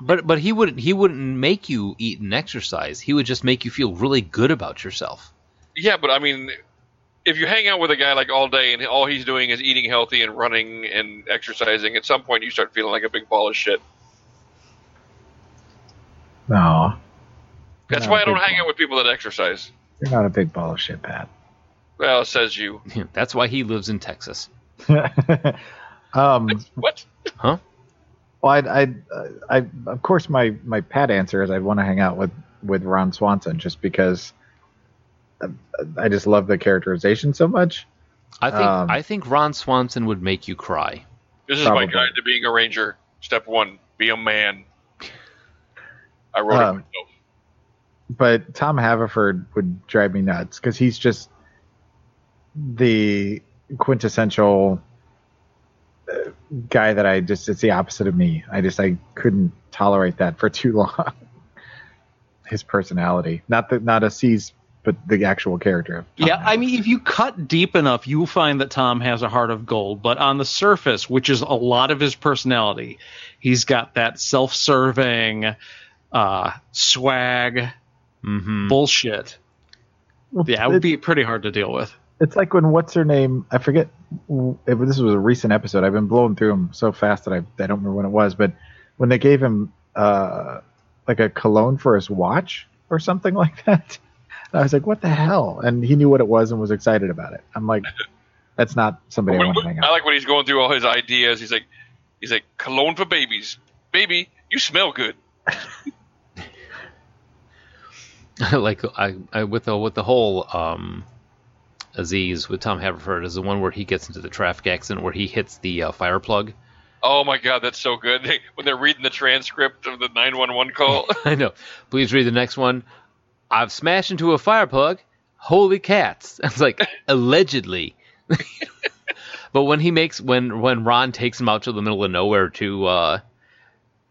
[SPEAKER 4] but but he wouldn't he wouldn't make you eat and exercise. He would just make you feel really good about yourself.
[SPEAKER 5] yeah, but I mean, if you hang out with a guy like all day and all he's doing is eating healthy and running and exercising, at some point you start feeling like a big ball of shit.
[SPEAKER 3] No,
[SPEAKER 5] That's
[SPEAKER 3] Yeah,
[SPEAKER 5] why I don't
[SPEAKER 3] big
[SPEAKER 5] hang out with people that exercise.
[SPEAKER 3] you're not a big ball of shit, Pat.
[SPEAKER 5] Well, says you.
[SPEAKER 4] That's why he lives in Texas.
[SPEAKER 3] Um,
[SPEAKER 5] what?
[SPEAKER 4] Huh?
[SPEAKER 3] Well, I, I, I, of course, my my pat answer is I want to hang out with with Ron Swanson just because I, I just love the characterization so much.
[SPEAKER 4] I think
[SPEAKER 3] Um,
[SPEAKER 4] I think Ron Swanson would make you cry.
[SPEAKER 5] This is
[SPEAKER 3] Probably.
[SPEAKER 5] my guide to being a ranger. Step one: be a man. I wrote
[SPEAKER 3] Um,
[SPEAKER 5] it myself.
[SPEAKER 3] But Tom Haverford would drive me nuts because he's just the quintessential uh, guy that I just it's the opposite of me. I just I couldn't tolerate that for too long. His personality, not the not a C's, but the actual character of
[SPEAKER 7] yeah, I mean, if you cut deep enough, you will find that Tom has a heart of gold. But on the surface, which is a lot of his personality, he's got that self-serving uh, swag bullshit. Yeah, it would be pretty hard to deal with.
[SPEAKER 3] It's like when what's her name? I forget. If this was a recent episode. I've been blowing through them so fast that I, I don't remember when it was. But when they gave him uh, like a cologne for his watch or something like that, I was like, "What the hell?" And he knew what it was and was excited about it. I'm like, "That's not somebody I want to hang out."
[SPEAKER 5] I like when he's going through all his ideas. He's like, he's like cologne for babies. Baby, you smell good.
[SPEAKER 4] like I, I with the with the whole um, Aziz with Tom Haverford is the one where he gets into the traffic accident where he hits the uh, fire plug.
[SPEAKER 5] Oh my god, that's so good. When they're reading the transcript of the 911 call,
[SPEAKER 4] I know. Please read the next one. I've smashed into a fire plug. Holy cats! It's like allegedly. but when he makes when when Ron takes him out to the middle of nowhere to uh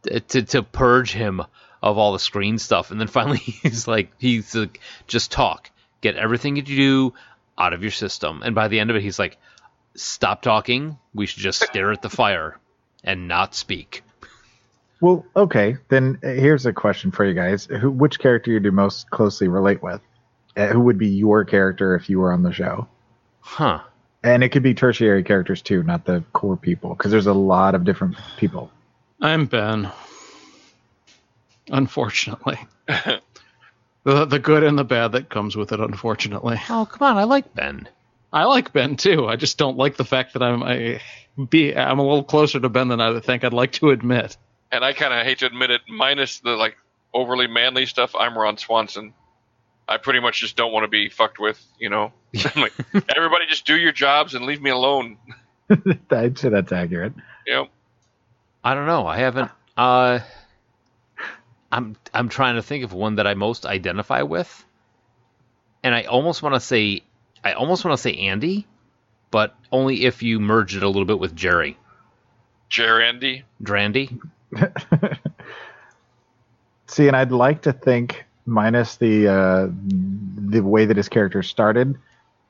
[SPEAKER 4] t- to to purge him of all the screen stuff, and then finally he's like he's like just talk, get everything that you do out of your system, and by the end of it he's like, stop talking. We should just stare at the fire and not speak.
[SPEAKER 3] Well, okay. Then uh, here's a question for you guys: Who, which character you do most closely relate with? Uh, who would be your character if you were on the show?
[SPEAKER 4] Huh.
[SPEAKER 3] And it could be tertiary characters too, not the core people, because there's a lot of different people.
[SPEAKER 7] I'm Ben. Unfortunately. the the good and the bad that comes with it, unfortunately.
[SPEAKER 4] Oh come on, I like Ben.
[SPEAKER 7] I like Ben too. I just don't like the fact that I'm I be I'm a little closer to Ben than I think I'd like to admit.
[SPEAKER 5] and I kind of hate to admit it, minus the like overly manly stuff, I'm Ron Swanson. I pretty much just don't want to be fucked with, you know. I'm like, everybody just do your jobs and leave me alone.
[SPEAKER 3] I'd say that's accurate.
[SPEAKER 5] You know,
[SPEAKER 4] I don't know. I haven't. Uh, I'm I'm trying to think of one that I most identify with, and I almost want to say I almost want to say Andy, but only if you merge it a little bit with Jerry
[SPEAKER 5] Gerandi.
[SPEAKER 4] Drandy.
[SPEAKER 3] See, and I'd like to think, minus the uh, the way that his character started,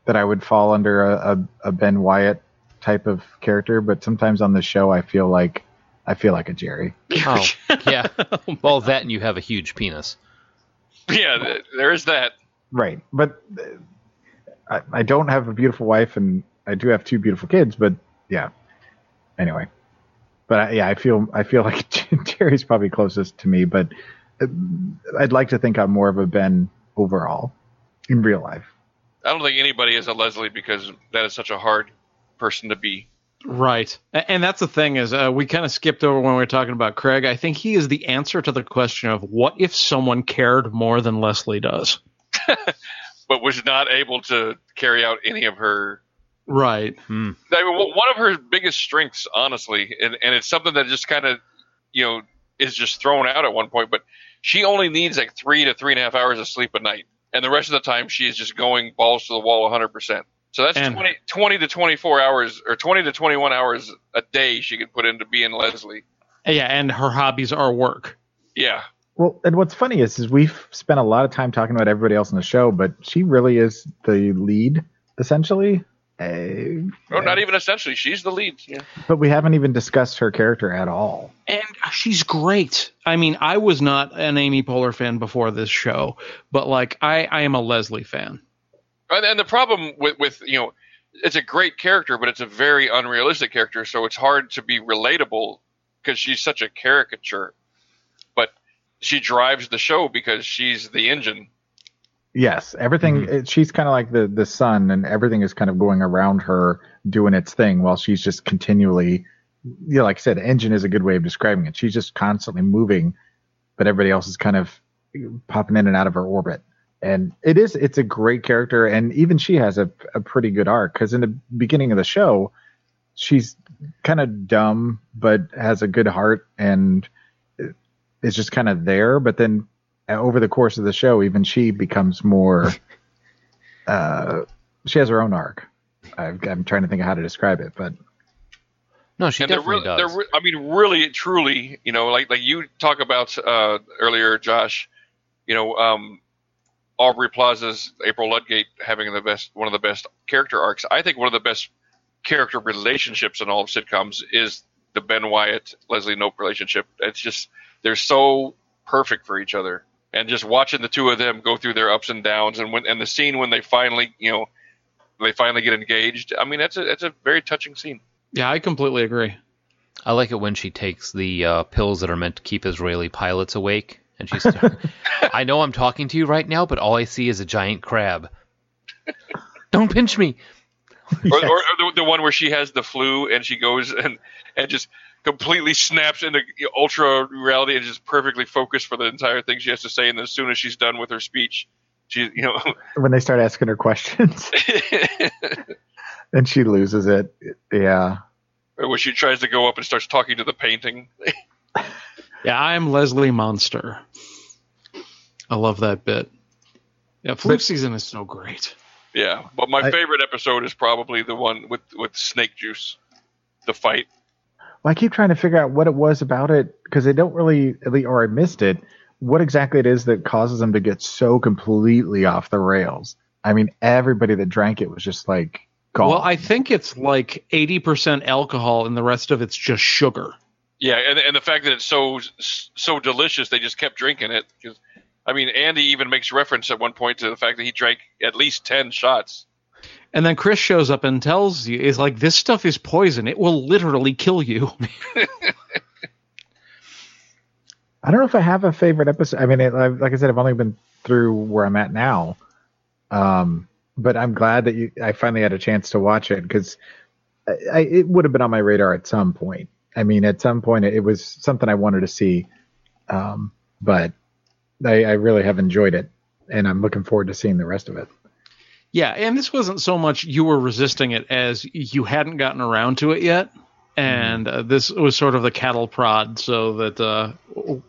[SPEAKER 3] that I would fall under a, a, a Ben Wyatt type of character, but sometimes on the show I feel like I feel like a Jerry.
[SPEAKER 4] Oh, yeah. well, that and you have a huge penis.
[SPEAKER 5] Yeah, th- there is that.
[SPEAKER 3] Right, but uh, I, I don't have a beautiful wife, and I do have two beautiful kids. But yeah, anyway, but I, yeah, I feel I feel like Jerry's probably closest to me, but uh, I'd like to think I'm more of a Ben overall in real life.
[SPEAKER 5] I don't think anybody is a Leslie because that is such a hard person to be.
[SPEAKER 7] Right. A- And that's the thing is uh, we kind of skipped over when we were talking about Craig. I think he is the answer to the question of what if someone cared more than Leslie does.
[SPEAKER 5] but was not able to carry out any of her.
[SPEAKER 7] Right.
[SPEAKER 5] I mean, one one of her biggest strengths, honestly, and, and it's something that just kind of, you know, is just thrown out at one point. But she only needs like three to three and a half hours of sleep a night, and the rest of the time she is just going balls to the wall, 100. percent So that's
[SPEAKER 7] And-
[SPEAKER 5] 20, 20 to 24 hours, or 20 to 21 hours a day she could put into being Leslie.
[SPEAKER 7] Yeah, and her hobbies are work.
[SPEAKER 5] Yeah,
[SPEAKER 3] Well, and what's funny is, is we've spent a lot of time talking about everybody else in the show, but she really is the lead essentially. Uh,
[SPEAKER 5] or Oh, not even essentially, she's the lead. Yeah.
[SPEAKER 3] but we haven't even discussed her character at all.
[SPEAKER 7] And she's great. I mean, I was not an Amy Poehler fan before this show, but like I, I am a Leslie fan.
[SPEAKER 5] And, and the problem with, with you know, it's a great character, but it's a very unrealistic character, so it's hard to be relatable because she's such a caricature. But she drives the show because she's the engine.
[SPEAKER 3] Yes, everything. it- She's kind of like the the sun, and everything is kind of going around her doing its thing, while she's just continually, you know, like I said, engine is a good way of describing it. She's just constantly moving, but everybody else is kind of popping in and out of her orbit. And it is, it's a great character, and even she has a a pretty good arc because in the beginning of the show, she's kind of dumb but has a good heart and is just kind of there. But then uh, over the course of the show, even she becomes more. Uh, she has her own arc. I've, I'm trying to think of how to describe it, but
[SPEAKER 4] No, she
[SPEAKER 5] and they're,
[SPEAKER 4] definitely
[SPEAKER 5] re- they're
[SPEAKER 4] does.
[SPEAKER 5] re- I mean, really, truly, you know, like like you talk about uh, earlier, Josh. You know, um, Aubrey Plaza's April Ludgate having the best one of the best character arcs. I think one of the best character relationships in all of sitcoms is the Ben Wyatt Leslie Nope relationship. It's just they're so perfect for each other, and just watching the two of them go through their ups and downs, and when and the scene when they finally, you know. They finally get engaged. I mean, that's a that's a very touching scene.
[SPEAKER 7] Yeah, I completely agree.
[SPEAKER 4] I like it when she takes the uh, pills that are meant to keep Israeli pilots awake, and she's. I know I'm talking to you right now, but all I see is a giant crab. Don't pinch me.
[SPEAKER 5] or, or, or the, the one where she has the flu and she goes and and just completely snaps into ultra reality and just perfectly focused for the entire thing she has to say and then as soon as she's done with her speech she you know
[SPEAKER 3] when they start asking her questions and she loses it, yeah.
[SPEAKER 5] where she tries to go up and starts talking to the painting
[SPEAKER 7] Yeah, I'm Leslie Monster. I love that bit. Yeah, flu season is so great.
[SPEAKER 5] yeah but my
[SPEAKER 3] I-
[SPEAKER 5] favorite episode is probably the one with with snake juice the fight
[SPEAKER 3] Well, I keep trying to figure out what it was about it because they don't really, at least- or I missed it, what exactly it is that causes them to get so completely off the rails. I mean, everybody that drank it was just like gone.
[SPEAKER 7] Well, I think it's like 80% alcohol and the rest of it's just sugar.
[SPEAKER 5] yeah and, and the fact that it's so so delicious they just kept drinking it 'Cause, i mean andy even makes reference at one point to the fact that he drank at least 10 shots
[SPEAKER 7] And then Chris shows up and tells you, is like, this stuff is poison. It will literally kill you.
[SPEAKER 3] I don't know if I have a favorite episode. I mean, it, I've- like I said, I've only been through where I'm at now. Um, but I'm glad that you, I finally had a chance to watch it because I, I, it would have been on my radar at some point. I mean, at some point, it, it was something I wanted to see. Um, but I, I really have enjoyed it, and I'm looking forward to seeing the rest of it.
[SPEAKER 7] Yeah, and this wasn't so much you were resisting it as you hadn't gotten around to it yet, and uh, this was sort of the cattle prod so that uh,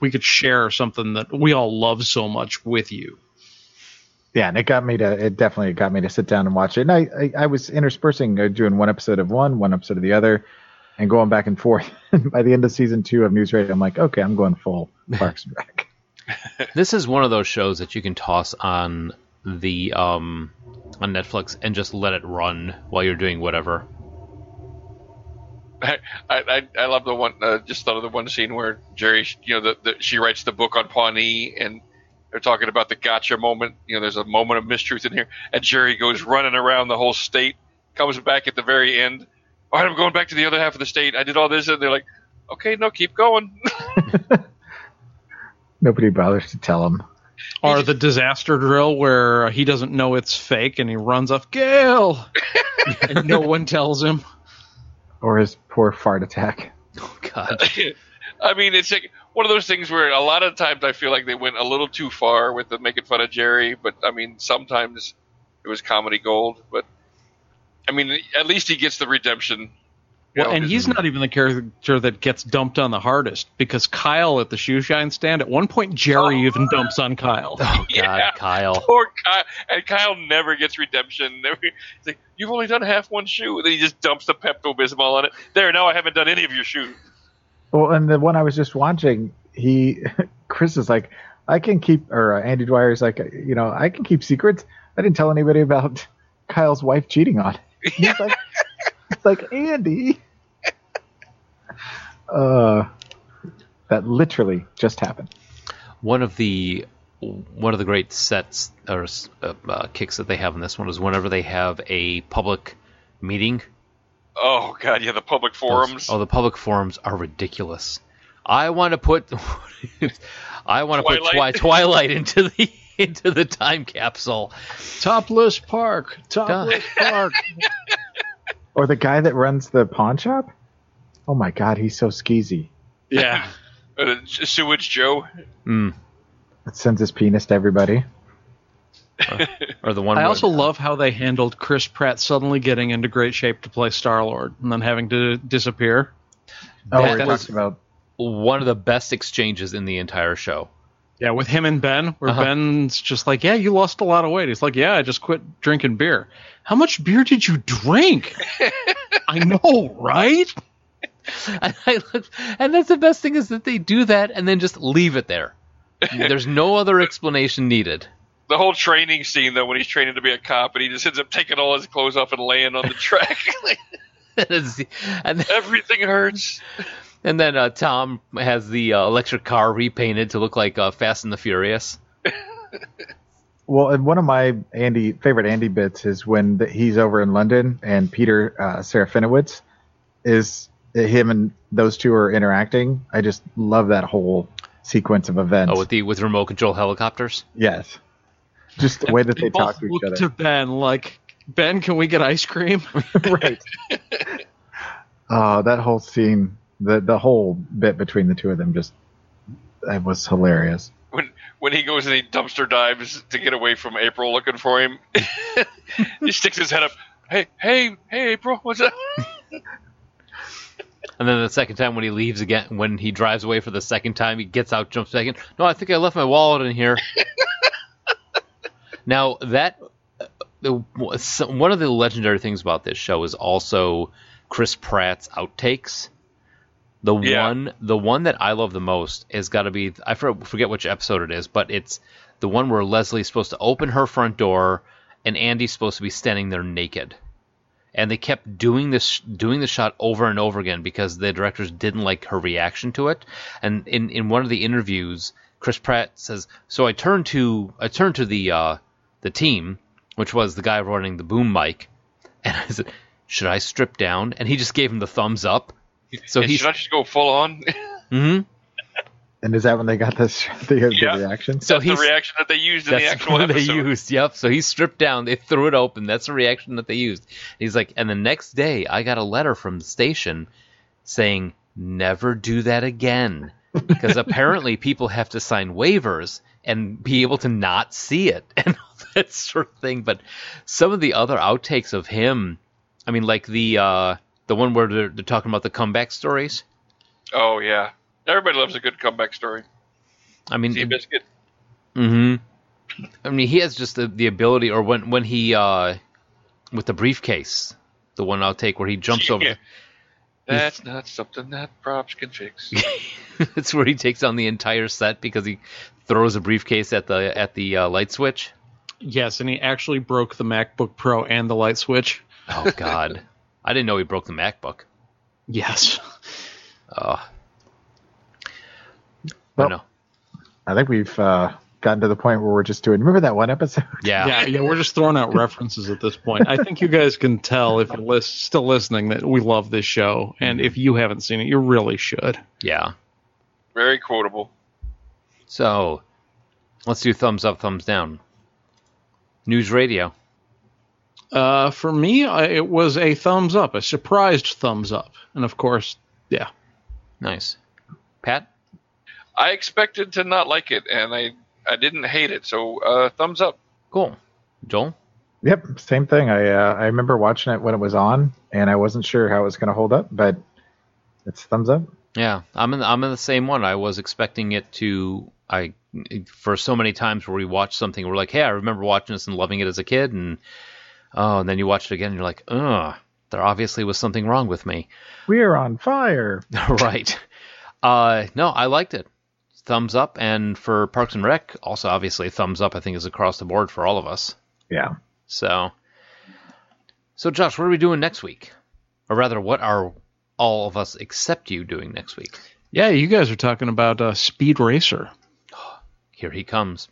[SPEAKER 7] we could share something that we all love so much with you.
[SPEAKER 3] yeah and it got me to it definitely got me to sit down and watch it and i i, I was interspersing uh, doing one episode of one one episode of the other and going back and forth by the end of season two of news radio i'm like okay i'm going full parks and rec
[SPEAKER 4] This is one of those shows that you can toss on the um, on Netflix and just let it run while you're doing whatever.
[SPEAKER 5] I, I, I love the one. Uh, just thought of the one scene where Jerry, you know, the, the, she writes the book on Pawnee, and they're talking about the gotcha moment. You know, there's a moment of mistruth in here, and Jerry goes running around the whole state, comes back at the very end. All right, I'm going back to the other half of the state. I did all this, and they're like, okay, no, keep going.
[SPEAKER 3] Nobody bothers to tell him.
[SPEAKER 7] Or the disaster drill where he doesn't know it's fake and he runs off, Gail! and no one tells him.
[SPEAKER 3] Or his poor fart attack.
[SPEAKER 7] Oh, God.
[SPEAKER 5] I mean, it's like one of those things where a lot of times I feel like they went a little too far with the making fun of Jerry, but I mean, sometimes it was comedy gold. But I mean, at least he gets the redemption.
[SPEAKER 7] Well, and he's not even the character that gets dumped on the hardest because Kyle at the shoe shine stand at one point Jerry even dumps on Kyle.
[SPEAKER 4] Oh, God, Kyle.
[SPEAKER 5] Poor Kyle. And Kyle never gets redemption. Never, he's like, You've only done half one shoe. And then he just dumps the Pepto Bismol on it. There, now I haven't done any of your shoes.
[SPEAKER 3] Well, and the one I was just watching, he Chris is like, I can keep, or uh, Andy Dwyer is like, you know, I can keep secrets. I didn't tell anybody about Kyle's wife cheating on. him." He's like, it's like Andy. Uh, that literally just happened.
[SPEAKER 4] one of the one of the great sets or uh, uh, kicks that they have in this one is whenever they have a public meeting.
[SPEAKER 5] Oh God, yeah, the public forums.
[SPEAKER 4] Oh, the public forums are ridiculous. I want to put I want to put twi-
[SPEAKER 5] Twilight.
[SPEAKER 4] Twilight into the into the time capsule.
[SPEAKER 7] Topless Park. Topless Park.
[SPEAKER 3] Or the guy that runs the pawn shop? Oh my god, he's so skeezy.
[SPEAKER 7] yeah.
[SPEAKER 5] Uh, Sewage Joe.
[SPEAKER 3] That sends his penis to everybody.
[SPEAKER 4] Or the one
[SPEAKER 7] I
[SPEAKER 4] where-
[SPEAKER 7] also love how they handled Chris Pratt suddenly getting into great shape to play Star Lord and then having to disappear.
[SPEAKER 3] Oh,
[SPEAKER 4] That
[SPEAKER 3] we
[SPEAKER 4] was-
[SPEAKER 3] talked about
[SPEAKER 4] one of the best exchanges in the entire show.
[SPEAKER 7] Yeah, with him and Ben, where Ben's just like, "Yeah, you lost a lot of weight." He's like, "Yeah, I just quit drinking beer." How much beer did you drink? I know, right?
[SPEAKER 4] And, I looked- and that's the best thing is that they do that and then just leave it there. There's no other explanation needed.
[SPEAKER 5] The whole training scene though, when he's training to be a cop, and he just ends up taking all his clothes off and laying on the track. like,
[SPEAKER 4] It's- and then,
[SPEAKER 5] everything hurts.
[SPEAKER 4] and then uh, Tom has the uh, electric car repainted to look like uh, Fast and the Furious.
[SPEAKER 3] Well, and one of my Andy favorite Andy bits is when the, he's over in London and Peter uh, Serafinowicz is him and those two are interacting. I just love that whole sequence of events.
[SPEAKER 4] Oh, with the with remote control helicopters.
[SPEAKER 3] yes, just the way that they
[SPEAKER 7] Both
[SPEAKER 3] talk to each
[SPEAKER 7] look
[SPEAKER 3] other.
[SPEAKER 7] to Ben like, "Ben, can we get ice cream?"
[SPEAKER 3] right. Oh, that whole scene, the the whole bit between the two of them, just it was hilarious.
[SPEAKER 5] When when he goes and he dumpster dives to get away from April looking for him, he sticks his head up. Hey, hey, hey, April, what's up?
[SPEAKER 4] And then the second time when he leaves again, when he drives away for the second time, he gets out, jumps back in. No, I think I left my wallet in here. now that uh, the- so- one of the legendary things about this show is also Chris Pratt's outtakes. The
[SPEAKER 5] Yeah.
[SPEAKER 4] one, the one that I love the most has got to be I for- forget which episode it is, but it's the one where Leslie's supposed to open her front door and Andy's supposed to be standing there naked and they kept doing this doing the shot over and over again because the directors didn't like her reaction to it and in, in one of the interviews chris pratt says so i turned to i turned to the uh, the team which was the guy running the boom mic and i said should i strip down and he just gave him the thumbs up so
[SPEAKER 5] And
[SPEAKER 4] he's
[SPEAKER 5] should I just go full on?
[SPEAKER 4] Mhm.
[SPEAKER 3] And is that when they got this the, the
[SPEAKER 5] Yeah.
[SPEAKER 3] reaction?
[SPEAKER 4] so
[SPEAKER 5] the
[SPEAKER 4] he's
[SPEAKER 5] reaction that they used in the
[SPEAKER 4] That's
[SPEAKER 5] actual
[SPEAKER 4] what
[SPEAKER 5] episode.
[SPEAKER 4] they used. Yep. So he stripped down. They threw it open. That's the reaction that they used. He's like, and the next day, I got a letter from the station saying, "Never do that again," because apparently people have to sign waivers and be able to not see it and all that sort of thing. But some of the other outtakes of him, I mean, like the uh, the one where they're, they're talking about the comeback stories.
[SPEAKER 5] Oh yeah, everybody loves a good comeback story.
[SPEAKER 4] Mm-hmm. I mean,
[SPEAKER 5] See biscuit.
[SPEAKER 4] hmm I mean, he has just the, the ability, or when when he uh, with the briefcase, the one I'll take where he jumps over.
[SPEAKER 5] Yeah. That's not something that props can fix.
[SPEAKER 4] That's where he takes on the entire set because he throws a briefcase at the at the uh, light switch.
[SPEAKER 7] yes, and he actually broke the MacBook Pro and the light switch.
[SPEAKER 4] Oh God, I didn't know he broke the MacBook.
[SPEAKER 7] Yes.
[SPEAKER 4] Uh,
[SPEAKER 3] well, I know. I think we've uh, gotten to the point where we're just doing. Remember that one episode?
[SPEAKER 4] Yeah.
[SPEAKER 7] yeah, yeah. We're just throwing out references at this point. I think you guys can tell if you're lis- still listening that we love this show, and if you haven't seen it, you really should.
[SPEAKER 4] Yeah.
[SPEAKER 5] Very quotable.
[SPEAKER 4] So, let's do thumbs up, thumbs down. News radio.
[SPEAKER 7] Uh, for me, I, it was a thumbs up, a surprised thumbs up, and of course, yeah,
[SPEAKER 4] Nice. Pat.
[SPEAKER 5] I expected to not like it, and I I didn't hate it. So uh, thumbs up.
[SPEAKER 4] Cool. Joel.
[SPEAKER 3] Yep, same thing. I uh, I remember watching it when it was on, and I wasn't sure how it was going to hold up, but it's thumbs up.
[SPEAKER 4] Yeah, I'm in. I'm in the same one. I was expecting it to. I for so many times where we watch something, we're like, "Hey, I remember watching this and loving it as a kid," and oh, and then you watch it again, and you're like, "Ugh, there obviously was something wrong with me."
[SPEAKER 3] We're on fire.
[SPEAKER 4] right. Uh, no, I liked it. Thumbs up, and for Parks and Rec, also obviously thumbs up. I think is across the board for all of us.
[SPEAKER 3] Yeah.
[SPEAKER 4] So, so Josh, what are we doing next week? Or rather, what are all of us except you doing next week?
[SPEAKER 7] yeah. You guys are talking about uh, Speed Racer.
[SPEAKER 4] Here he comes.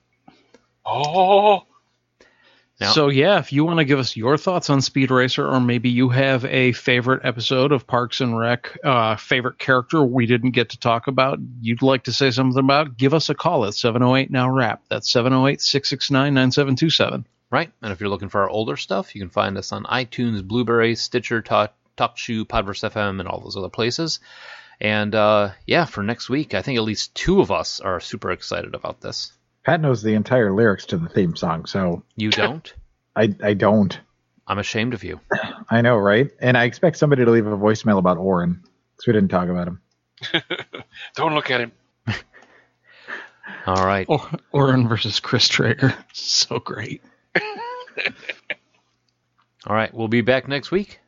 [SPEAKER 5] Oh,
[SPEAKER 4] Now-
[SPEAKER 7] So yeah, if you want to give us your thoughts on Speed Racer, or maybe you have a favorite episode of Parks and Rec, uh, favorite character we didn't get to talk about, you'd like to say something about, give us a call at 708 now rap. That's 708-669-9727.
[SPEAKER 4] Right. And if you're looking for our older stuff, you can find us on iTunes, Blueberry, Stitcher, Ta- TalkShoe, Podverse FM, and all those other places. And uh, yeah, for next week, I think at least two of us are super excited about this.
[SPEAKER 3] Pat knows the entire lyrics to the theme song, so
[SPEAKER 4] You don't?
[SPEAKER 3] I I don't.
[SPEAKER 4] I'm ashamed of you.
[SPEAKER 3] I know, right? And I expect somebody to leave a voicemail about Orin because we didn't talk about him.
[SPEAKER 5] don't look at him.
[SPEAKER 4] All right.
[SPEAKER 7] Or Oren versus Chris Traeger. So great.
[SPEAKER 4] All right. We'll be back next week.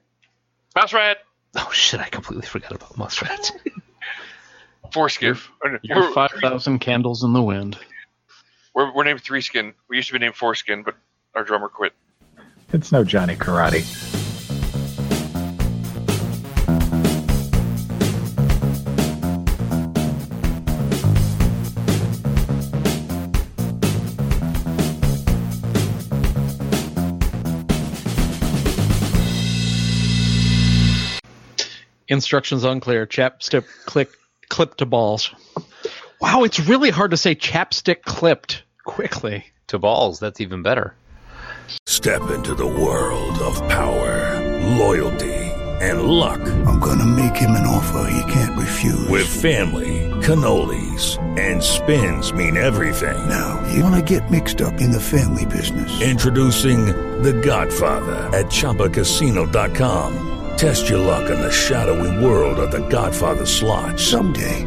[SPEAKER 5] Mouse rat.
[SPEAKER 4] Oh, shit. I completely forgot about Muskrat.
[SPEAKER 5] Foreskin.
[SPEAKER 7] You're
[SPEAKER 5] We're,
[SPEAKER 7] 5,000 candles in the wind.
[SPEAKER 5] we're, we're named Three Skin. We used to be named Foreskin, but our drummer quit.
[SPEAKER 3] It's no Johnny Karate.
[SPEAKER 7] Instructions unclear. Chapstick click clip to balls. Wow, it's really hard to say chapstick clipped quickly.
[SPEAKER 4] to balls. That's even better.
[SPEAKER 9] Step into the world of power, loyalty, and luck. I'm going to make him an offer he can't refuse. With family, cannolis, and spins mean everything. Now, you want to get mixed up in the family business? Introducing The Godfather at ChumbaCasino.com. Test your luck in the shadowy world of The Godfather slot. Someday,